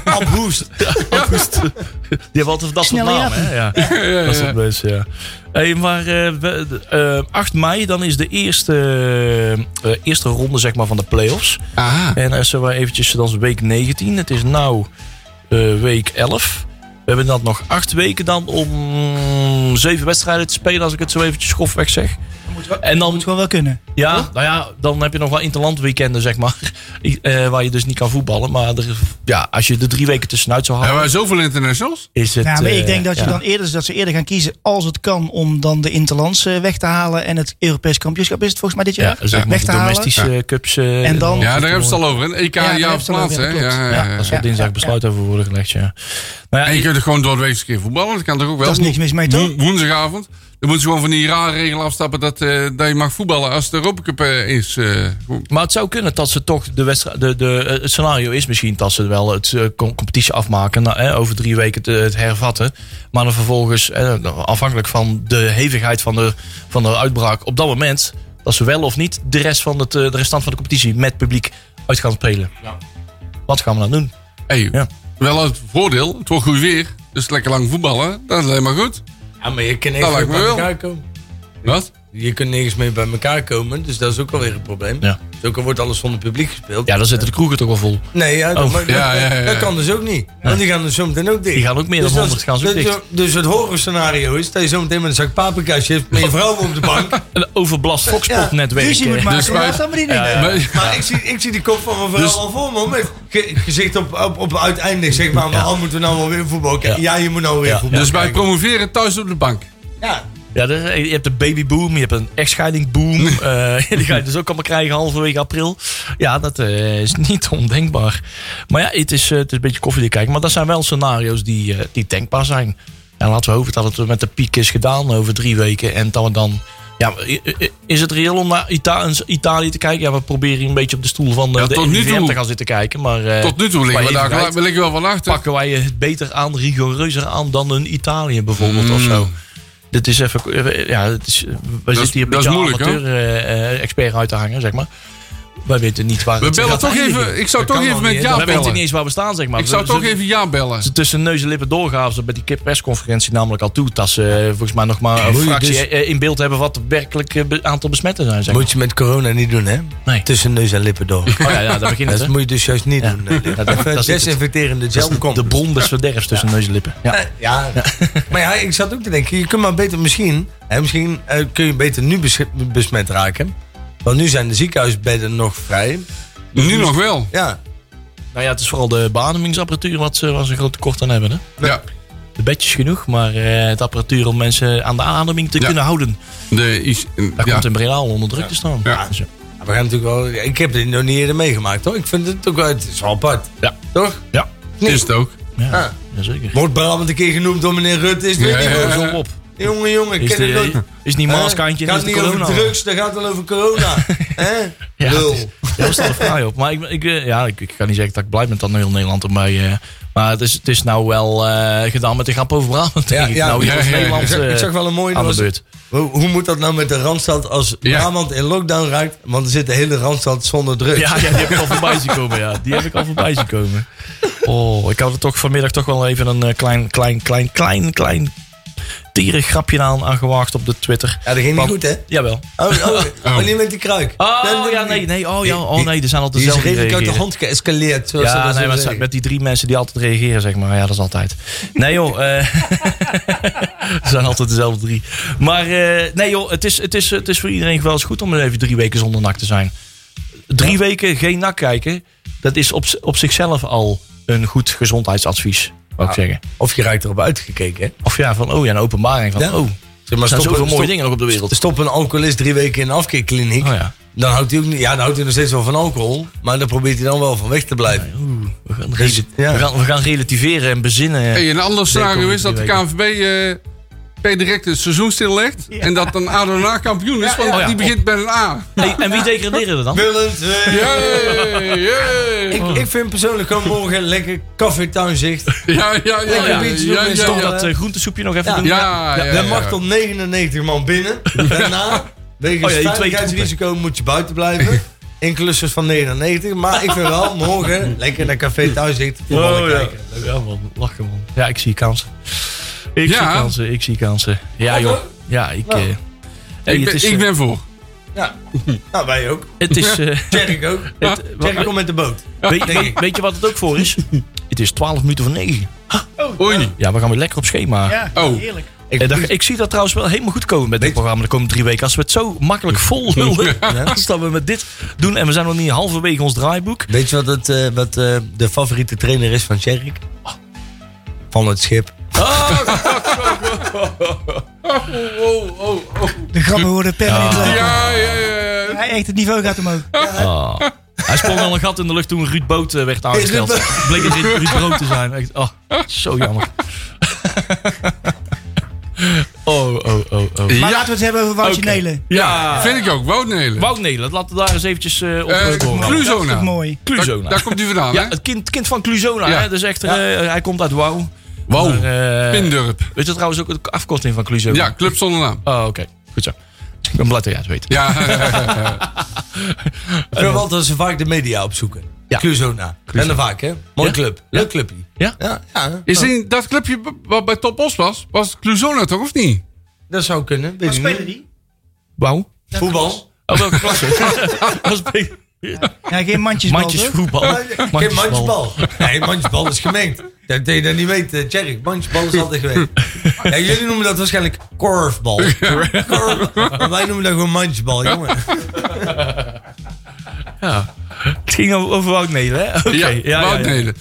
Speaker 5: Ab Hoest.
Speaker 3: August. Die hebben altijd dat soort
Speaker 6: Snelle
Speaker 3: namen. Hè? Ja. Dat soort mensen, ja. Hey, maar eh, we- de- eh, 8 mei, dan is de eerste, eh, eerste ronde zeg maar, van de play-offs.
Speaker 4: Aha.
Speaker 3: En als we eventjes, dan is week 19. Het is nou eh, week 11. We hebben dan nog acht weken dan om zeven wedstrijden te spelen, als ik het zo eventjes grofweg zeg. En dan,
Speaker 6: Moet gewoon wel kunnen.
Speaker 3: ja, nou ja, dan heb je nog wel interlandweekenden, zeg maar. eh, waar je dus niet kan voetballen. Maar er, ja, als je de drie weken tussenuit zou houden,
Speaker 4: Hebben wij zoveel internationals?
Speaker 3: is het...
Speaker 6: Ja, maar ik
Speaker 3: eh,
Speaker 6: denk dat, je
Speaker 3: ja.
Speaker 6: dan eerder, dat ze eerder gaan kiezen, als het kan, om dan de Interlands eh, weg te halen. En het Europees kampioenschap is het volgens mij dit
Speaker 3: Ja,
Speaker 6: jaar.
Speaker 3: zeg maar
Speaker 6: weg
Speaker 3: de
Speaker 6: te halen.
Speaker 3: domestische cups. eh,
Speaker 6: En dan-
Speaker 4: Ja, daar hebben ze het al over. Een EK,
Speaker 6: Ja, daar
Speaker 4: ja,
Speaker 6: hebben
Speaker 4: op
Speaker 6: ze het al
Speaker 4: plaats. Hè?
Speaker 6: over, ja, klopt.
Speaker 4: Ja, ja,
Speaker 3: Ja,
Speaker 4: ja.
Speaker 3: daar zal
Speaker 6: ja,
Speaker 3: dinsdag
Speaker 6: ja,
Speaker 3: besluit over worden gelegd, ja. Nou ja,
Speaker 4: En je
Speaker 3: ik-
Speaker 4: kunt er gewoon doorweeks een keer voetballen. Dat kan toch ook wel?
Speaker 6: Dat is niks mis mee, toch?
Speaker 4: Wo- woensdagavond. Dan moeten ze gewoon van die rare regel afstappen dat, eh, dat je mag voetballen als de Europa Cup eh, is. eh.
Speaker 3: maar het zou kunnen dat ze toch de wedstrijd. De, de, eh, het scenario is misschien dat ze wel het eh, com- competitie afmaken. Nou, eh, over drie weken te, het hervatten. Maar dan vervolgens, eh, afhankelijk van de hevigheid van de, van de uitbraak op dat moment. Dat ze wel of niet de rest van het, eh, de restant van de competitie met publiek uit gaan spelen. Wat gaan we dan doen?
Speaker 4: hey,
Speaker 3: Ja.
Speaker 4: Wel het voordeel, het wordt goed weer. Dus lekker lang voetballen, dat is alleen maar goed.
Speaker 5: Ja, maar je kunt
Speaker 4: Dat
Speaker 5: nergens
Speaker 4: lijkt
Speaker 5: meer
Speaker 4: me
Speaker 5: bij
Speaker 4: wel.
Speaker 5: elkaar komen.
Speaker 4: Wat?
Speaker 5: Je kunt nergens meer bij elkaar komen. Dus dat is ook alweer een probleem.
Speaker 3: Ja.
Speaker 5: Dus ook al wordt alles zonder publiek gespeeld.
Speaker 3: Ja, dan zitten de kroegen toch al vol.
Speaker 5: Nee, ja, dat-
Speaker 3: Oh.
Speaker 5: maar,
Speaker 4: Ja,
Speaker 5: dat,
Speaker 4: ja, ja, ja.
Speaker 5: dat kan dus ook niet. Want die gaan dus zometeen ook dicht.
Speaker 3: Die gaan ook meer dan
Speaker 5: dat is-
Speaker 3: 100 gaan ze ook
Speaker 5: dat-
Speaker 3: dicht.
Speaker 5: Dus het horrorscenario is dat je zometeen met een zak paprika chips met je vrouw op de bank.
Speaker 3: Een overbelast Foxpot-netwerk.
Speaker 6: Visie moet
Speaker 3: eh,
Speaker 6: maken,
Speaker 4: Dus wij-
Speaker 6: laat dat maar niet in.
Speaker 3: Ja,
Speaker 4: Maar-
Speaker 5: Maar ik zie, ik zie die kop van mijn vrouw
Speaker 4: Dus-
Speaker 5: al voor me. Met ge- gezicht op, op, op uiteindelijk zeg maar. Maar
Speaker 3: Ja.
Speaker 5: al moeten we nou wel weer voetbal kijken. Ja, je moet nou weer
Speaker 3: Ja.
Speaker 5: voetbal
Speaker 4: dus wij
Speaker 5: kijken.
Speaker 4: promoveren thuis op de bank.
Speaker 5: Ja.
Speaker 3: Ja, dus, eh, je hebt de babyboom, je hebt een echtscheidingboom. eh, die ga je dus ook allemaal krijgen halverwege april. Ja, dat eh, is niet ondenkbaar. Maar ja, het is, eh, het is een beetje koffie kijken. Maar dat zijn wel scenario's die, eh, die denkbaar zijn. En laten we hopen dat het met de piek is gedaan over drie weken. En dat we dan... Ja, i- i- is het reëel om naar Ita- eens Italië te kijken? Ja, we proberen hier een beetje op de stoel van de,
Speaker 4: Ja,
Speaker 3: de
Speaker 4: tot nu
Speaker 3: RIVM
Speaker 4: toe.
Speaker 3: te gaan zitten kijken. Maar, eh,
Speaker 4: Tot nu toe
Speaker 3: qua
Speaker 4: liggen we,
Speaker 3: evenwicht
Speaker 4: daar, we liggen wel wat achter.
Speaker 3: pakken wij het beter aan, rigoureuzer aan dan een Italië bijvoorbeeld of zo. Dit is even, eh, ja, het is, eh, we zitten hier een
Speaker 4: dat is
Speaker 3: beetje
Speaker 4: moeilijk, hoor.
Speaker 3: amateur-expert uit te hangen, zeg maar. Wij weten niet waar
Speaker 4: We
Speaker 3: het
Speaker 4: bellen
Speaker 3: gaat
Speaker 4: toch
Speaker 3: eindigen.
Speaker 4: even, ik zou
Speaker 5: Dat
Speaker 4: toch
Speaker 5: kan
Speaker 4: even
Speaker 5: wel
Speaker 4: met
Speaker 5: niet,
Speaker 4: Jaap
Speaker 3: Wij weten niet
Speaker 4: bellen.
Speaker 3: eens waar we staan, zeg maar.
Speaker 4: Ik zou
Speaker 3: We-
Speaker 4: toch
Speaker 3: ze-
Speaker 4: even Jaap bellen.
Speaker 3: ze tussen neus en lippen doorgaven ze bij die kip- persconferentie namelijk al toe. Dat ze eh, volgens mij nog maar een
Speaker 5: Moet je
Speaker 3: fractie
Speaker 5: dus-
Speaker 3: eh, in beeld hebben wat werkelijk eh, be- aantal besmetten zijn. Zeg maar.
Speaker 5: Moet je met corona niet doen, hè?
Speaker 3: Nee.
Speaker 5: Tussen neus en lippen door.
Speaker 3: Oh ja, ja, daar beginnen
Speaker 5: Dat
Speaker 3: ze.
Speaker 5: moet je dus juist niet
Speaker 3: Ja.
Speaker 5: doen. eh, Lip.
Speaker 3: Ja, dat-
Speaker 5: Even
Speaker 3: dat is het.
Speaker 5: Desinfecterende gel komt. Eh,
Speaker 3: De bron des verderfs tussen neus en lippen. Ja.
Speaker 5: Ja, maar ja, ik zat ook te denken, je kunt maar beter misschien, hè, misschien eh, kun je beter nu bes- besmet raken. Want nu zijn de ziekenhuisbedden nog vrij.
Speaker 4: Nu nog wel.
Speaker 5: Ja,
Speaker 3: Nou ja, het is vooral de beademingsapparatuur wat ze, waar ze een groot tekort aan hebben. Hè?
Speaker 4: Ja.
Speaker 3: De bedjes genoeg, maar eh, het apparatuur om mensen aan de ademing te
Speaker 4: Ja.
Speaker 3: kunnen houden.
Speaker 4: De, is-
Speaker 3: Daar
Speaker 4: ja.
Speaker 3: komt in Breda al onder druk te staan.
Speaker 4: Ja.
Speaker 3: Dus,
Speaker 5: we gaan natuurlijk wel, ik heb dit nog niet eerder meegemaakt hoor. Ik vind het ook wel, het is wel apart.
Speaker 3: Ja.
Speaker 5: Toch?
Speaker 3: ja.
Speaker 4: Is het ook.
Speaker 3: Ja, zeker.
Speaker 5: Wordt Brabant een keer genoemd door meneer Rutte? Is het weer
Speaker 4: Ja,
Speaker 5: niet
Speaker 4: ja,
Speaker 5: meer
Speaker 4: ja.
Speaker 5: zo
Speaker 3: Kom op.
Speaker 5: Jongen, jongen,
Speaker 3: Is,
Speaker 5: ken ik dat?
Speaker 3: de, is niet maaskantje,
Speaker 5: Hè?
Speaker 3: is
Speaker 5: gaat
Speaker 3: de
Speaker 5: niet over
Speaker 3: corona.
Speaker 5: drugs, dat gaat wel over corona. Hè?
Speaker 3: Ja, het
Speaker 5: Lul.
Speaker 3: is- Ja, we staan er fraai op. Maar ik, ik, eh, ja, ik, ik kan niet zeggen dat ik blij ben dat heel Nederland erbij. eh, maar het is, het is nou wel eh, gedaan met de grap over Brabant.
Speaker 5: Ja,
Speaker 3: denk ik.
Speaker 5: ja,
Speaker 3: nou,
Speaker 4: ja,
Speaker 3: heel
Speaker 4: ja, ja.
Speaker 5: Ik
Speaker 3: Nederland
Speaker 5: zag, ik
Speaker 3: eh,
Speaker 5: zag wel een mooie.
Speaker 3: aan de
Speaker 5: was-
Speaker 3: beurt.
Speaker 5: Hoe, hoe moet dat nou met de Randstad als
Speaker 4: Ja.
Speaker 5: Brabant in lockdown raakt? Want er zit de hele Randstad zonder drugs.
Speaker 3: Ja, ja, die heb ik al voorbij zien komen. Ja. Die heb ik al voorbij zien komen. Oh, ik had er toch vanmiddag toch wel even een eh, klein, klein, klein, klein, klein tierig grapje aan, aan gewaagd op de Twitter.
Speaker 5: Ja, dat ging niet
Speaker 3: Want-
Speaker 5: goed, hè?
Speaker 3: Jawel.
Speaker 5: Oh, oh, oh, niet met die kruik.
Speaker 3: Oh, ja, nee, nee. Oh, ja, oh, nee, er zijn altijd
Speaker 5: Die is
Speaker 3: dezelfde
Speaker 5: redelijk uit de
Speaker 3: reageren.
Speaker 5: hand geëscaleerd. Zoals ze dat
Speaker 3: Ja, nee,
Speaker 5: zo
Speaker 3: maar het zijn
Speaker 5: zeggen.
Speaker 3: met die drie mensen die altijd reageren, zeg maar. Ja, dat is altijd. Nee joh, eh, het zijn altijd dezelfde drie. Maar eh, nee joh, het is, het, is, het is voor iedereen wel eens goed om even drie weken zonder nak te zijn. Drie weken geen nak kijken, dat is op, z- op zichzelf al een goed gezondheidsadvies, wou ik zeggen.
Speaker 5: Of je raakt erop uitgekeken, hè?
Speaker 3: Of ja, van oh ja, een openbaring van
Speaker 5: Ja.
Speaker 3: oh,
Speaker 5: Zeg
Speaker 3: er
Speaker 5: maar,
Speaker 3: zijn
Speaker 5: stoppen-
Speaker 3: zoveel mooie
Speaker 5: stop-
Speaker 3: dingen nog op de wereld.
Speaker 5: Stop een alcoholist drie weken in een afkeerkliniek.
Speaker 3: Oh ja,
Speaker 5: Dan houdt hij ook niet, ja, dan houdt hij nog steeds wel van alcohol. Maar dan probeert hij dan wel van weg te blijven.
Speaker 3: we gaan,
Speaker 5: Dus,
Speaker 3: rela-
Speaker 5: ja.
Speaker 3: we gaan, we gaan relativeren en bezinnen.
Speaker 4: Hey, een ander scenario
Speaker 3: komen
Speaker 4: is dat de
Speaker 3: drie
Speaker 4: KNVB eh, per direct het seizoen stillegt. En dat dan ADO Den Haag kampioen is, want
Speaker 3: Oh ja,
Speaker 4: die begint met een A.
Speaker 3: Hey, en wie degraderen er dan?
Speaker 5: Willem
Speaker 4: eh,
Speaker 5: twee.
Speaker 4: Jee, jee.
Speaker 5: Ik, ik vind persoonlijk gewoon morgen lekker café-tuinzicht.
Speaker 4: Ja, ja, ja.
Speaker 5: Lekker
Speaker 4: ja,
Speaker 5: een beetje
Speaker 4: ja,
Speaker 5: doen en
Speaker 4: ja,
Speaker 3: Zullen we
Speaker 5: stoppen.
Speaker 4: ja.
Speaker 3: dat eh, groentesoepje nog even
Speaker 5: Ja.
Speaker 3: doen?
Speaker 4: Ja, ja,
Speaker 5: Dan
Speaker 4: ja.
Speaker 5: mag tot 99 man binnen. Daarna, wegens
Speaker 3: Oh ja, die twee
Speaker 5: veiligheidsrisico, moet je buiten blijven. In clusters van 99. Maar ik vind wel, morgen lekker naar café tuinzicht. voetballen
Speaker 3: Oh, ja.
Speaker 5: kijken.
Speaker 3: ja, man. Lachen, man. Ja, ik zie kansen. Ik
Speaker 4: Ja. Nou.
Speaker 3: zie kansen, ik zie kansen. Ja, joh. Ja, ik... eh, hey,
Speaker 4: Ik
Speaker 3: het is,
Speaker 4: ben, ik
Speaker 3: eh,
Speaker 4: ben voor.
Speaker 5: Ja. Nou, wij ook.
Speaker 3: Het is... eh,
Speaker 5: Tjerk ook.
Speaker 3: het-
Speaker 5: Tjerk, kom met de boot.
Speaker 3: weet, weet- weet je wat het ook voor is? Het is 12 minuten voor 9.
Speaker 4: Oei.
Speaker 3: Ja, we gaan weer lekker op schema.
Speaker 6: Ja,
Speaker 4: Oh.
Speaker 6: heerlijk.
Speaker 3: En dat- ik zie dat trouwens wel helemaal goed komen met dit programma de komende drie weken. Als we het zo makkelijk vol lullen, als dat we met dit doen en we zijn nog niet halverwege ons draaiboek.
Speaker 5: Weet je wat, het, eh, wat eh, de favoriete trainer is van Tjerk? Oh. Van het schip.
Speaker 4: Oh, oh, oh.
Speaker 6: De grappen worden permanent leuk.
Speaker 4: Ja, ja, ja. ja.
Speaker 6: Hij echt, het niveau gaat omhoog.
Speaker 3: Ah. Hij sprong al een gat in de lucht toen Ruud Boot eh, werd aangesteld.
Speaker 5: Ruud
Speaker 3: Bleek het Ruud, Ruud Brood te zijn. Echt, oh, zo jammer. Oh, oh, oh, oh.
Speaker 6: Maar
Speaker 4: Ja.
Speaker 6: laten we het hebben over Woutje Nelen.
Speaker 3: Ja,
Speaker 4: Vind ik ook, Woutnelen.
Speaker 3: Wout Nederland, laten we daar eens eventjes eh op
Speaker 4: Eh,
Speaker 3: eh, doorgaan.
Speaker 6: Dat is
Speaker 4: Cluzona.
Speaker 6: toch mooi.
Speaker 4: Daar,
Speaker 3: Cluzona.
Speaker 4: daar komt hij vandaan,
Speaker 3: Ja,
Speaker 4: hè?
Speaker 3: het kind, het kind van Cluzona.
Speaker 4: Ja.
Speaker 3: Hè? Dus echt, eh, hij komt uit Wauw.
Speaker 4: Wow.
Speaker 3: Maar, eh,
Speaker 4: Pindurp.
Speaker 3: Weet je trouwens ook de afkorting van Cluzona?
Speaker 4: Ja, club zonder naam.
Speaker 3: Oh, oké. Goed zo. Ik ben blij dat jij het weet.
Speaker 4: Ja,
Speaker 5: Ik vind wel dat ze vaak de media opzoeken.
Speaker 3: Ja.
Speaker 5: Ja. Cluzona. En dan vaak, hè? Mooi club. Leuk clubje.
Speaker 3: Ja?
Speaker 5: Ja, ja.
Speaker 4: is die, dat clubje b- wat bij Top Os was, was Cluzona toch, of niet?
Speaker 5: Dat zou kunnen. Weet
Speaker 6: Wat
Speaker 5: ik
Speaker 6: spelen
Speaker 5: niet.
Speaker 6: die?
Speaker 3: Wauw.
Speaker 5: Voetbal.
Speaker 3: Oh, welke klasse? Dat is be-
Speaker 6: Ja, geen mandjesbal, toch?
Speaker 3: Mandjesvoetbal.
Speaker 5: Geen mandjesbal. Nee, mandjesbal is gemengd. Dat deed je dat niet weet, eh, Tjerk. Mandjesbal is altijd geweest. Ja, jullie noemen dat waarschijnlijk korfbal. Korf- Wij noemen dat gewoon mandjesbal, jongen.
Speaker 3: Het ging over over Wout Nelen, hè? Oké.
Speaker 4: ja, Woutnelen.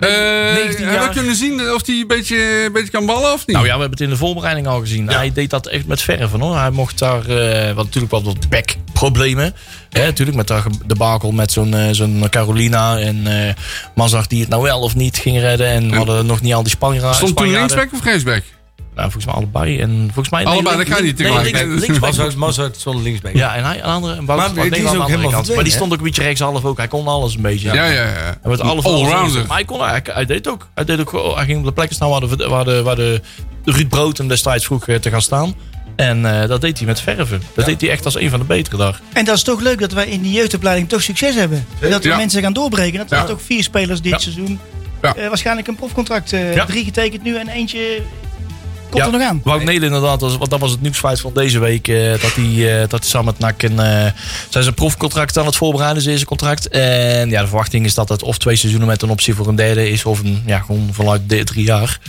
Speaker 4: Eh,
Speaker 3: 19
Speaker 4: hebben
Speaker 3: jaar.
Speaker 4: we kunnen zien of hij een beetje, een beetje kan ballen of niet?
Speaker 3: Nou ja, we hebben het in de voorbereiding al gezien. Hij deed dat echt met verven hoor. Hij mocht daar, eh, want natuurlijk wat wat backproblemen. Hè, natuurlijk met dat ge- debakel met zo'n eh, zo'n Carolina en eh Mazar die het nou wel of niet ging redden. En we hadden nog niet al die Spanjaarden.
Speaker 4: Stond toen
Speaker 3: Spanjaarden.
Speaker 4: linksback of rechtsback?
Speaker 3: Nou, volgens mij allebei. En volgens mij...
Speaker 4: Allebei, dat kan niet
Speaker 3: nee,
Speaker 4: tegelijk.
Speaker 3: link-
Speaker 4: Nee, dat is-
Speaker 3: linksback
Speaker 5: Mazart, Mazart zonder linksbeen.
Speaker 3: Ja, en hij een andere. En Wout
Speaker 5: Maar
Speaker 3: maar,
Speaker 5: die is
Speaker 3: aan de
Speaker 5: ook
Speaker 3: andere
Speaker 5: helemaal
Speaker 3: kant. Maar die
Speaker 5: verdwenen, hè?
Speaker 3: stond ook een beetje rechtshalf ook. Hij kon alles een beetje.
Speaker 4: Ja, ja, ja.
Speaker 3: En met alle van alles
Speaker 4: Allrounder.
Speaker 3: Maar hij kon hij, hij deed ook. Hij deed ook. gewoon- Hij ging op de plekken staan waar de, waar de, waar de Ruud Brood hem destijds vroeg eh, te gaan staan. En eh, dat deed hij met verven. Dat deed hij echt als een van de betere daar.
Speaker 6: En dat is toch leuk dat wij in die jeugdopleiding toch succes hebben. En dat we
Speaker 4: Ja.
Speaker 6: mensen gaan doorbreken. Dat
Speaker 4: Ja.
Speaker 6: zijn toch vier spelers dit
Speaker 3: Ja.
Speaker 6: seizoen.
Speaker 4: Ja.
Speaker 6: Eh, waarschijnlijk een profcontract. eh,
Speaker 3: Ja.
Speaker 6: Drie getekend nu en eentje komt
Speaker 3: Ja.
Speaker 6: er nog aan.
Speaker 3: Wout Nelen inderdaad, was- want dat was het nieuwsfeit van deze week. eh, dat, hij, eh, dat hij samen met NAC een, eh, zijn, zijn profcontract aan het voorbereiden is, eerste contract. En ja, de verwachting is dat het of twee seizoenen met een optie voor een derde is. Of een, ja, gewoon vanuit de, drie jaar.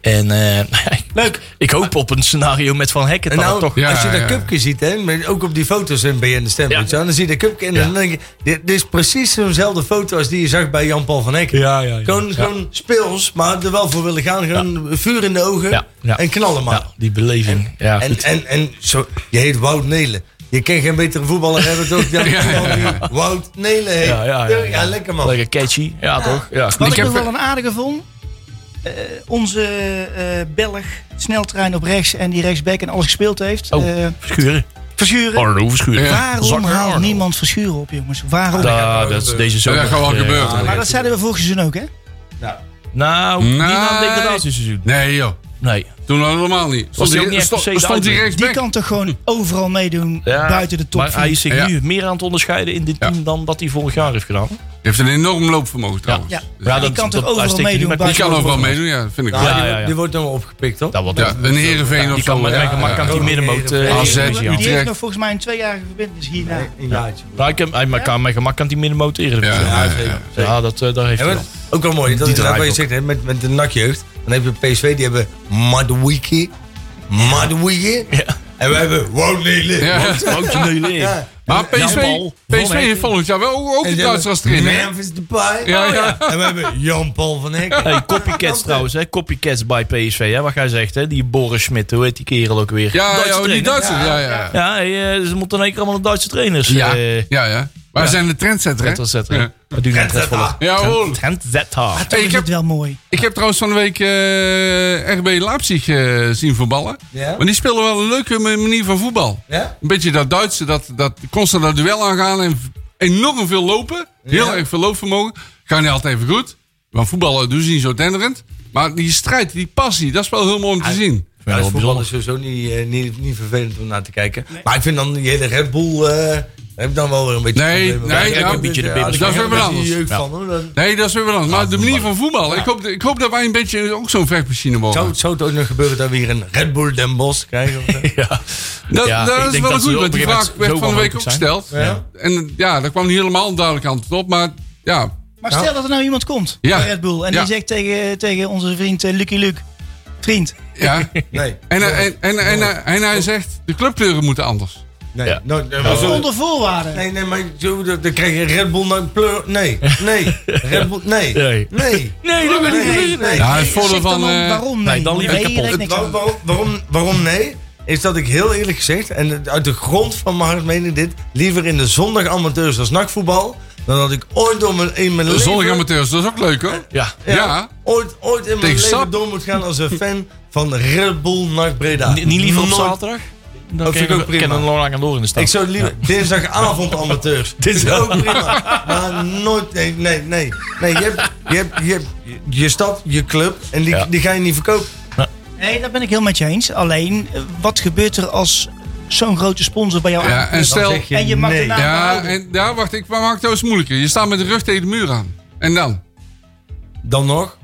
Speaker 3: En leuk. Ik hoop op een scenario met Van Hekken.
Speaker 5: En
Speaker 3: dat
Speaker 5: nou,
Speaker 3: het toch,
Speaker 4: Ja,
Speaker 5: als je dat
Speaker 4: ja.
Speaker 5: cupje ziet, hè, met- ook op die foto's in bij je in de stem,
Speaker 3: Ja.
Speaker 5: weet je wel, dan zie je dat cupje en
Speaker 3: Ja.
Speaker 5: dan denk je, dit, dit is precies zo'nzelfde foto als die je zag bij Jan-Paul van Hekken.
Speaker 3: Ja, ja, ja.
Speaker 5: Gewoon,
Speaker 3: Ja.
Speaker 5: gewoon speels, maar er wel voor willen gaan. Gewoon vuur in de ogen
Speaker 3: Ja, ja.
Speaker 5: en knallen maar.
Speaker 3: Ja, die beleving. ja,
Speaker 5: En,
Speaker 3: goed.
Speaker 5: en, en zo, je heet Wout Nelen. Je kan geen betere voetballer hebben toch? dan die Wout Nelen heet.
Speaker 3: Ja, ja, ja, ja.
Speaker 5: lekker man.
Speaker 3: Lekker catchy. Ja, toch? Ja,
Speaker 6: Wat
Speaker 3: goed.
Speaker 6: ik
Speaker 4: heb-
Speaker 6: nog wel een aardige vond. eh, onze eh Belg sneltrein op rechts en die rechtsback en alles gespeeld heeft.
Speaker 3: Oh.
Speaker 6: eh,
Speaker 3: Verschuren.
Speaker 6: Verschuren.
Speaker 3: Arno Verschuren.
Speaker 4: Ja.
Speaker 6: Waarom haalt niemand Verschuren op, jongens? Waarom?
Speaker 3: Da, dat is deze zomer.
Speaker 4: Dat gaat wel
Speaker 3: eh,
Speaker 4: gebeuren.
Speaker 3: aan de
Speaker 6: maar
Speaker 3: gang.
Speaker 6: dat zeiden we vorig seizoen ook, hè?
Speaker 3: Nou, niet aan het
Speaker 4: Nee.
Speaker 3: degradatieseizoen.
Speaker 4: Nee joh,
Speaker 3: Nee.
Speaker 4: toen helemaal niet. Stond
Speaker 3: hij ook
Speaker 4: hij-
Speaker 3: niet echt
Speaker 4: stond-
Speaker 3: per se de
Speaker 4: Stond hij
Speaker 3: uitblinker?
Speaker 6: Die
Speaker 4: rechtsback?
Speaker 6: kan toch gewoon overal meedoen
Speaker 3: Ja,
Speaker 6: buiten de top
Speaker 3: Maar hij
Speaker 6: vier?
Speaker 3: is zich
Speaker 4: Ja.
Speaker 3: nu meer aan het onderscheiden in dit
Speaker 4: Ja.
Speaker 3: team dan dat hij vorig jaar heeft gedaan.
Speaker 4: Die heeft een enorm loopvermogen trouwens.
Speaker 6: Ja.
Speaker 4: Dus
Speaker 3: Ja, dat-
Speaker 6: die kan toch
Speaker 3: dat
Speaker 6: overal
Speaker 3: uitstekend niet
Speaker 6: meedoen
Speaker 3: met-
Speaker 4: Die
Speaker 6: buiten
Speaker 4: kan
Speaker 6: de top
Speaker 4: overal
Speaker 6: vier?
Speaker 4: meedoen, ja, dat vind ik
Speaker 5: Nou,
Speaker 4: wel.
Speaker 3: Ja,
Speaker 5: die,
Speaker 3: ja, ja.
Speaker 5: die wordt dan wel opgepikt, toch?
Speaker 3: Dat wordt
Speaker 4: Ja, een Heerenveen of
Speaker 3: Die
Speaker 4: zo.
Speaker 3: kan met
Speaker 4: ja.
Speaker 3: mijn gemak aan die middenmoot. eh,
Speaker 4: AZ,
Speaker 3: Eredivisie
Speaker 6: Die
Speaker 3: halen.
Speaker 6: heeft
Speaker 4: Utrecht.
Speaker 6: nog volgens mij een tweejarige verbindenis hierna.
Speaker 5: Een jaartje.
Speaker 3: Ja, ik heb, hij ma- kan met gemak aan die middenmoot
Speaker 4: Ja,
Speaker 3: Eredivisie halen.
Speaker 4: ja, ja.
Speaker 5: zeker.
Speaker 3: Ja, dat, eh, daar heeft
Speaker 5: Ja, maar
Speaker 3: hij wel.
Speaker 5: dat is ook wel mooi. Dat
Speaker 3: Die
Speaker 5: is inderdaad wat je
Speaker 3: draait
Speaker 5: zegt, hè, met, met de nakjeugd. Dan heb je PSV, die hebben Maduiki. Maduiki.
Speaker 3: Ja.
Speaker 5: En we hebben Woutnele.
Speaker 4: Ja.
Speaker 3: Mootje nul in.
Speaker 4: Maar PSV,
Speaker 3: Paul,
Speaker 4: PSV
Speaker 3: Van
Speaker 4: heeft
Speaker 3: Hekken.
Speaker 4: volgend jaar wel ook
Speaker 5: En
Speaker 4: de
Speaker 5: ze
Speaker 4: Duitsers
Speaker 5: hebben
Speaker 4: erin. hè?
Speaker 5: Memphis Depay.
Speaker 4: Ja, ja.
Speaker 5: En we hebben Jan-Paul van Hekken.
Speaker 3: Hey, copycats trouwens, hè? Copycats bij PSV, hè? Wat jij zegt, hè? Die Boris Schmidt, hoe heet die kerel ook weer?
Speaker 4: Ja,
Speaker 3: Duitse
Speaker 4: ja, oh, die
Speaker 3: trainer.
Speaker 4: Duitsers. Ja, ja.
Speaker 3: Ja, hey, eh, ze moeten in één keer allemaal de Duitse trainers.
Speaker 4: Ja,
Speaker 3: eh,
Speaker 4: ja, ja. Maar we zijn de trendsetter, hè?
Speaker 3: Trendsetter.
Speaker 4: Ja.
Speaker 3: Dat doen we trendsetter.
Speaker 4: Ja, hoor.
Speaker 3: Trendsetter.
Speaker 6: Toch
Speaker 4: Hey, ik
Speaker 6: is
Speaker 4: heb-
Speaker 6: het wel mooi.
Speaker 4: Ik heb trouwens van de week eh, RB Leipzig eh, zien voetballen.
Speaker 5: Ja.
Speaker 4: Maar die spelen wel een leuke ma- manier van voetbal.
Speaker 5: Ja?
Speaker 4: Een beetje dat Duitse, dat, dat constant dat duel aangaan en v- enorm veel lopen. Heel erg veel loopvermogen. Gaan niet altijd even goed. Want voetballen doen ze niet zo denderend. Maar die strijd, die passie, dat is wel heel mooi om te zien.
Speaker 5: Ja,
Speaker 3: wel
Speaker 5: dat voetbal
Speaker 3: bijzonder.
Speaker 5: is sowieso niet, eh, niet, niet vervelend om naar te kijken. Maar ik vind dan die hele Red Bull... eh, daar heb ik dan wel weer een beetje
Speaker 4: Nee,
Speaker 5: problemen
Speaker 4: nee,
Speaker 5: mee.
Speaker 4: ja, een beetje
Speaker 3: de
Speaker 5: Ja,
Speaker 3: bibbers.
Speaker 5: daar
Speaker 4: Dat is
Speaker 5: krijg ik
Speaker 4: weer
Speaker 5: een beetje jeuk
Speaker 4: anders.
Speaker 3: Ja.
Speaker 5: van, hoor. Dan-
Speaker 4: Nee, dat is weer wel anders. Maar de manier van voetballen. Ik, hoop, ik hoop dat wij een beetje ook zo'n vechtmachine
Speaker 5: Zou,
Speaker 4: worden.
Speaker 5: het- zou het ook nog gebeuren dat we hier een Red Bull Den Bosch krijgen? Of zo?
Speaker 3: Ja.
Speaker 4: Dat,
Speaker 3: Ja, ik
Speaker 4: dat is
Speaker 3: denk
Speaker 4: wel
Speaker 3: dat ze
Speaker 4: goed,
Speaker 3: op
Speaker 4: want
Speaker 3: een gegeven
Speaker 4: die vraag
Speaker 3: moment
Speaker 4: werd
Speaker 3: zo
Speaker 4: van de week ook
Speaker 3: mogelijk zijn.
Speaker 4: gesteld.
Speaker 5: Ja.
Speaker 4: En ja, daar kwam niet helemaal een duidelijke antwoord op. Maar ja,
Speaker 6: Maar stel dat er nou iemand komt
Speaker 4: Ja.
Speaker 6: bij Red Bull en
Speaker 4: Ja.
Speaker 6: die zegt tegen, tegen onze vriend eh, Lucky Luke. Vriend,
Speaker 4: ja.
Speaker 5: Nee.
Speaker 4: En, hij- en, en, en, hij- en hij zegt, de clubkleuren moeten anders.
Speaker 5: Nee,
Speaker 3: Ja.
Speaker 5: nooit- nee, maar zo-
Speaker 6: onder voorwaarden.
Speaker 5: Nee, nee, maar zo, dat- dan krijg je Red Bull nou pleur. Nee, nee, Red Bull, nee,
Speaker 3: Nee.
Speaker 5: nee. nee.
Speaker 3: Nee, dat ben ik niet.
Speaker 5: nee, nee.
Speaker 4: Ja, het
Speaker 6: Zeg
Speaker 4: voordeel
Speaker 6: dan
Speaker 4: van...
Speaker 6: dan
Speaker 4: eh,
Speaker 6: waarom nee?
Speaker 3: nee, dan liever
Speaker 6: je
Speaker 3: kapot.
Speaker 6: denkt
Speaker 5: Het-
Speaker 6: niks
Speaker 5: waar-
Speaker 6: aan.
Speaker 5: waarom, waarom, waarom nee? Is dat ik heel eerlijk gezegd, en het- uit de grond van mijn hart meen ik dit, liever in de zondag amateurs als nachtvoetbal, dan dat ik ooit door mijn, in mijn
Speaker 4: de
Speaker 5: leven,
Speaker 4: Zondag amateurs, dat is ook leuk hoor.
Speaker 3: Ja.
Speaker 4: Ja.
Speaker 5: ooit, ooit in mijn
Speaker 4: Tegen
Speaker 5: leven
Speaker 4: Sap.
Speaker 5: door moet gaan als een fan van Red Bull Nacht Breda.
Speaker 3: Niet niet liever op
Speaker 5: Nooit.
Speaker 3: zaterdag? Dan
Speaker 5: vind ik
Speaker 3: kennen
Speaker 5: ook
Speaker 3: we-
Speaker 5: prima.
Speaker 3: kennen we Lola en Loren in de stad.
Speaker 5: Ik zou liever dinsdagavond amateurs. Dit is ook prima. Maar nooit, nee, nee, nee. nee je, hebt, je, hebt, je, hebt, je stad, je club en die,
Speaker 3: Ja.
Speaker 5: die ga je niet verkopen.
Speaker 6: Nee, dat ben ik heel met je eens. Alleen, eh, wat gebeurt er als zo'n grote sponsor bij jou
Speaker 4: Ja,
Speaker 6: aankomt?
Speaker 4: en stel...
Speaker 5: zeg je
Speaker 6: En je mag
Speaker 5: nee.
Speaker 6: daarna-
Speaker 4: Ja, eh, en, ja, wacht, ik maak het eens moeilijker. Je staat met de rug tegen de muur aan. En dan?
Speaker 5: Dan nog,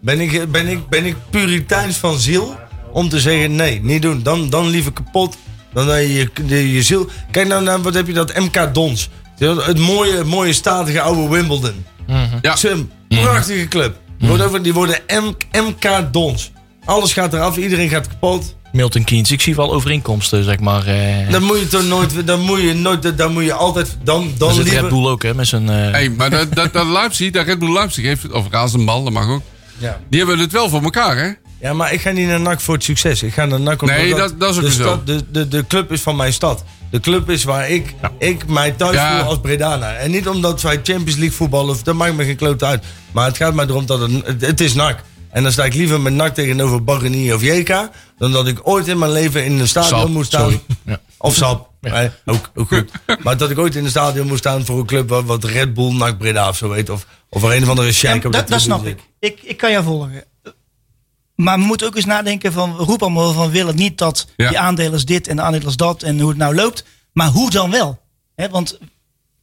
Speaker 5: ben ik, ben, ik, ben ik puriteins van ziel om te zeggen nee, niet doen. Dan, dan liever kapot dan dat je, je, de- je ziel... Kijk nou naar, wat heb je dat MK Dons. Het mooie, het mooie statige oude Wimbledon.
Speaker 4: Ja.
Speaker 5: Het is een
Speaker 3: Mhm.
Speaker 5: prachtige club. Die worden, over- die worden M- MK Dons. Alles gaat eraf, iedereen gaat kapot.
Speaker 3: Milton Keynes. Ik zie wel overeenkomsten, zeg maar. eh.
Speaker 5: Dan moet je toch nooit, dan moet je nooit, dan moet je altijd, dan,
Speaker 3: Dan
Speaker 5: dan
Speaker 3: zit
Speaker 5: liever...
Speaker 3: Red Bull ook, hè? Met zijn... eh,
Speaker 4: Hey, maar dat, dat, dat Leipzig, dat Red Bull Leipzig heeft... Of Razenbal, dat mag ook.
Speaker 5: Ja.
Speaker 4: Die hebben het wel voor elkaar, hè?
Speaker 5: Ja, maar ik ga niet naar NAC voor het succes. Ik ga naar NAC omdat
Speaker 4: Nee, dat- dat is ook
Speaker 5: de,
Speaker 4: zo.
Speaker 5: stad- de, de, de club is van mijn stad. De club is waar ik, ik mij thuis
Speaker 4: Ja.
Speaker 5: voel als Bredana. En niet omdat wij Champions League voetballen, of- dat maakt me geen klote uit. Maar het gaat mij erom dat het, het, het is NAC. En dan sta ik liever met NAC tegenover Barrenier of JK... dan dat ik ooit in mijn leven in een stadion
Speaker 4: Sap,
Speaker 5: moet staan...
Speaker 4: sorry. Ja.
Speaker 5: Of Sap, eh, ook, ook goed. maar dat ik ooit in een stadion moet staan voor een club... wat, wat Red Bull, NAC Breda of zo weet. Of, of er een of andere
Speaker 6: Ja,
Speaker 5: shack op de
Speaker 6: dat, dat
Speaker 5: tribune
Speaker 6: snap
Speaker 5: zit.
Speaker 6: ik. ik. Ik kan jou volgen. Maar we moeten ook eens nadenken van, we roepen allemaal van, we willen niet dat
Speaker 4: Ja.
Speaker 6: die aandelers dit en de aandelers dat en hoe het nou loopt. Maar hoe dan wel? Hè, want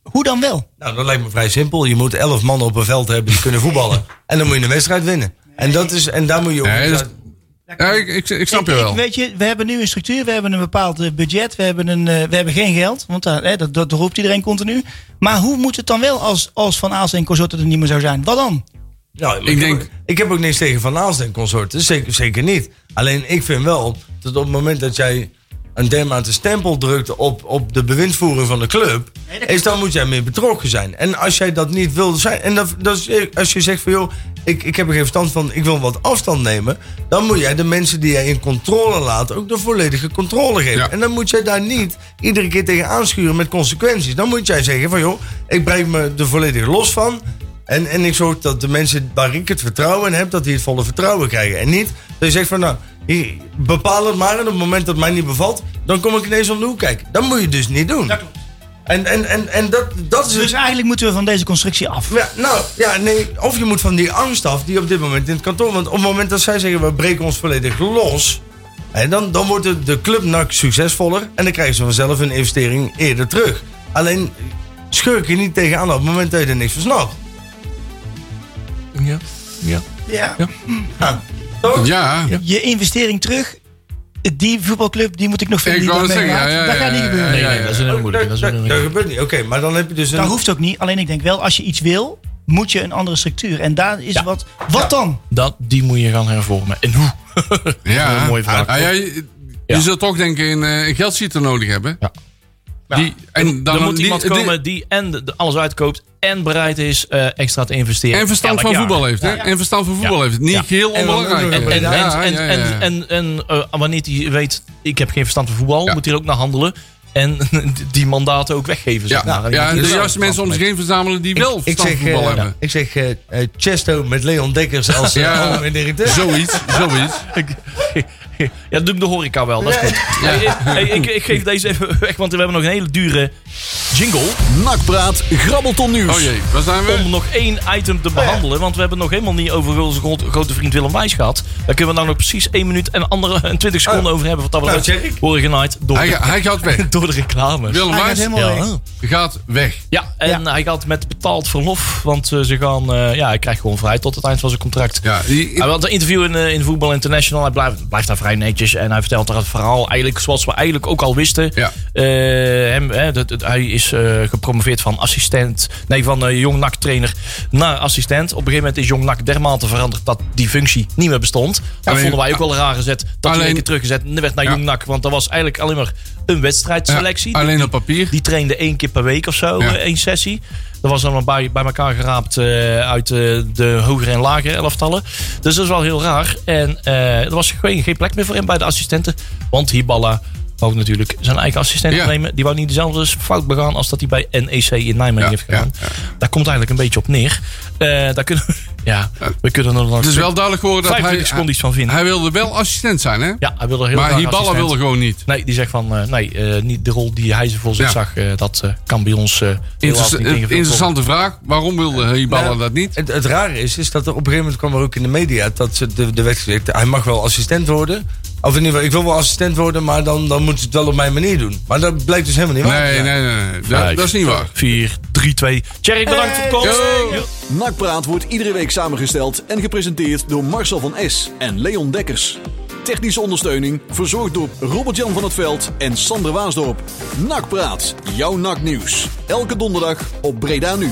Speaker 6: hoe dan wel?
Speaker 5: Nou, dat lijkt me vrij simpel. Je moet elf man op een veld hebben die kunnen voetballen. En dan moet je een wedstrijd winnen. En, dat is, en daar moet je op.
Speaker 4: Nee, dat is- Ja, ik, ik, ik snap je
Speaker 6: Ik- ik-
Speaker 4: wel.
Speaker 6: weet je, we hebben nu een structuur, we hebben een bepaald eh, budget, we hebben, een, eh, we hebben geen geld. Want daar, hè, dat, dat roept iedereen continu. Maar hoe moet het dan wel als, als Van Aals en Consorten er niet meer zou zijn? Wat dan?
Speaker 5: Nou,
Speaker 4: Ik denk-
Speaker 5: heb ook- ik heb ook niks tegen Van Aals en consorten. Zeker, zeker niet. Alleen ik vind wel dat op het moment dat jij een dermate stempel drukt op, op de bewindvoering van de club,
Speaker 6: Nee, dat-
Speaker 5: is dan moet jij meer betrokken zijn. En als jij dat niet wil zijn, en dat, dat is, als je zegt van joh, ik, ik heb er geen verstand van, ik wil wat afstand nemen, dan moet jij de mensen die jij in controle laat ook de volledige controle geven.
Speaker 4: Ja.
Speaker 5: En dan moet jij daar niet iedere keer tegen aanschuren met consequenties. Dan moet jij zeggen van joh, ik breng me er volledig los van. En, en ik zorg dat de mensen waar ik het vertrouwen in heb, dat die het volle vertrouwen krijgen. En niet dat je zegt van nou, hier, bepaal het maar en op het moment dat het mij niet bevalt, dan kom ik ineens om de hoek kijken. Dat moet je dus niet doen.
Speaker 6: Dat klopt.
Speaker 5: En, en, en, en dat, dat is
Speaker 6: Dus
Speaker 5: het.
Speaker 6: eigenlijk moeten we van deze constructie af.
Speaker 5: Ja, nou, ja, nee. Of je moet van die angst af die op dit moment in het kantoor. Want op het moment dat zij zeggen we breken ons volledig los. Hè, dan, dan wordt de, de club NAC succesvoller. En dan krijgen ze vanzelf hun investering eerder terug. Alleen schurk je niet tegenaan op het moment dat je er niks van snapt.
Speaker 3: Ja. ja.
Speaker 6: Ja.
Speaker 5: Ja, toch?
Speaker 4: Ja,
Speaker 6: Je investering terug. Die voetbalclub die moet ik nog vinden.
Speaker 4: ik
Speaker 6: die
Speaker 4: wou het
Speaker 6: dat
Speaker 4: zeggen. Ja,
Speaker 6: meemaakt.
Speaker 4: ja, ja,
Speaker 6: dat gaat niet
Speaker 4: ja,
Speaker 6: gebeuren.
Speaker 4: ja,
Speaker 3: Nee,
Speaker 4: ja,
Speaker 3: nee, dat is een hele moeilijke. Dat
Speaker 5: dat,
Speaker 3: is een hele
Speaker 5: dat, dat
Speaker 3: moeilijke.
Speaker 5: gebeurt niet. Oké, maar dan heb je dus een.
Speaker 6: Dat hoeft ook niet. Alleen ik denk wel, als je iets wil, moet je een andere structuur. En daar is wat. Wat dan?
Speaker 3: Dat, die moet je gaan hervormen. En hoe?
Speaker 4: ja.
Speaker 3: Dat is een mooie vraag.
Speaker 4: Ah, ja, je je
Speaker 3: Ja.
Speaker 4: zult ook denken een, eh, een geldschieten nodig hebben.
Speaker 3: Ja.
Speaker 4: Die, en dan,
Speaker 3: Dan, moet
Speaker 4: die-
Speaker 3: iemand
Speaker 4: die-
Speaker 3: komen die en de- alles uitkoopt en bereid is eh, extra te investeren.
Speaker 4: En verstand
Speaker 3: Elk
Speaker 4: van
Speaker 3: jaar.
Speaker 4: voetbal heeft. Hè? En verstand van voetbal
Speaker 3: Ja.
Speaker 4: heeft. het. Niet
Speaker 3: Ja.
Speaker 4: geheel
Speaker 5: En dan
Speaker 4: onbelangrijk.
Speaker 5: ook nog-
Speaker 3: En, en,
Speaker 4: Ja,
Speaker 3: en,
Speaker 4: ja,
Speaker 3: en,
Speaker 4: ja, ja.
Speaker 3: en, en, eh, wanneer hij weet, ik heb geen verstand van voetbal,
Speaker 4: Ja.
Speaker 3: moet hij er ook naar handelen. En die mandaten ook weggeven. Zeg
Speaker 4: Ja,
Speaker 3: maar.
Speaker 4: ja,
Speaker 3: Dus
Speaker 4: de
Speaker 3: dat-
Speaker 4: juiste mensen om zich heen verzamelen die wel
Speaker 5: Ik
Speaker 4: verstand van
Speaker 5: zeg, eh,
Speaker 4: voetbal hebben.
Speaker 5: ik zeg eh, eh, Chesto met Leon Dekkers als eh,
Speaker 4: Ja.
Speaker 5: ja. algemeen directeur.
Speaker 4: Zoiets, zoiets.
Speaker 3: Ja, doe hem de horeca wel, dat is goed. Hey, hey, ik, ik geef deze even weg, want we hebben nog een hele dure jingle.
Speaker 1: Nakpraat, grabbelton nieuws.
Speaker 4: Oh jee, waar zijn
Speaker 3: Om
Speaker 4: we?
Speaker 3: nog één item te behandelen. Want we hebben het nog helemaal niet over onze gro- grote vriend Willem Wijs gehad. Daar kunnen we nou nog precies 1 minuut en, andere, en 20
Speaker 4: Oh.
Speaker 3: seconden over hebben. Wat dat
Speaker 5: nou,
Speaker 3: betreft
Speaker 5: check ik.
Speaker 3: worden genaaid door,
Speaker 4: Hij,
Speaker 3: de-
Speaker 4: hij gaat weg.
Speaker 3: door de reclame.
Speaker 4: Willem
Speaker 6: Hij gaat
Speaker 4: Maas
Speaker 6: helemaal weg.
Speaker 4: gaat weg.
Speaker 3: Ja, en hij gaat met betaald verlof. Want eh, ze gaan, eh, ja, hij krijgt gewoon vrij tot het eind van zijn contract.
Speaker 4: Ja, die,
Speaker 3: Hij had een interview in, eh, in Voetbal International. Hij blijft, blijft daar vrij netjes. En hij vertelt daar het verhaal eigenlijk zoals we eigenlijk ook al wisten.
Speaker 4: Ja.
Speaker 3: Eh, hem, hè, dat, dat- hij is eh, gepromoveerd van assistent. Nee, van eh, jong NAC trainer naar assistent. Op een gegeven moment is jong NAC dermate veranderd dat die functie niet meer bestond. Dat
Speaker 4: Alleen-
Speaker 3: vonden wij ook wel een raar gezet. Dat hij
Speaker 4: Alleen-
Speaker 3: een keer teruggezet werd naar
Speaker 4: Ja.
Speaker 3: jong NAC. Want dat was eigenlijk alleen maar een
Speaker 4: ja,
Speaker 3: wedstrijdselectie. Die-
Speaker 4: alleen op papier.
Speaker 3: die trainde één keer per week of zo,
Speaker 4: Ja.
Speaker 3: eh, één sessie. Dat was allemaal bij, bij elkaar geraapt eh, uit eh, de hogere en lagere elftallen. Dus dat is wel heel raar. En eh, er was geen, geen plek meer voor hem bij de assistenten. Want Hiballa wou natuurlijk zijn eigen assistent
Speaker 4: Ja.
Speaker 3: nemen. Die wou niet dezelfde fout begaan als dat hij bij NEC in Nijmegen
Speaker 4: Ja,
Speaker 3: heeft gedaan.
Speaker 4: ja,
Speaker 3: Daar komt eigenlijk een beetje op neer. Eh, daar kunnen we, ja, we kunnen er nog
Speaker 4: Het is wel duidelijk geworden dat
Speaker 3: 25
Speaker 4: hij,
Speaker 3: seconden iets van vinden.
Speaker 4: hij wilde wel assistent zijn. Hè?
Speaker 3: ja, hij wil er heel
Speaker 4: maar
Speaker 3: graag
Speaker 4: Hiballa
Speaker 3: assistent.
Speaker 4: wilde gewoon niet.
Speaker 3: Nee, die zegt van eh, nee, eh, niet de rol die hij ze voor zich
Speaker 4: Ja.
Speaker 3: zag. eh, dat eh, kan bij ons eh heel hard
Speaker 4: Interess-
Speaker 3: niet ingevuld worden.
Speaker 4: interessante vraag. Waarom wilde Hiballa
Speaker 5: Nou,
Speaker 4: dat niet?
Speaker 5: Het, het rare is, is dat er op een gegeven moment kwam er ook in de media dat ze de, de werd gezegd, hij mag wel assistent worden. Of in ieder geval, ik wil wel assistent worden, maar dan, dan moet ze het wel op mijn manier doen. Maar dat blijkt dus helemaal niet waar. te
Speaker 4: Nee, nee,
Speaker 5: zijn.
Speaker 4: nee. nee. Dat,
Speaker 3: Vijf,
Speaker 4: dat is niet waar.
Speaker 3: 4, 3, 2. Tjerk, bedankt voor de komst.
Speaker 4: Yo.
Speaker 1: Nakpraat wordt iedere week samengesteld en gepresenteerd door Marcel van S en Leon Dekkers. Technische ondersteuning verzorgd door Robert-Jan van het Veld en Sander Waasdorp. Nakpraat, jouw naknieuws. Elke donderdag op Breda Nu.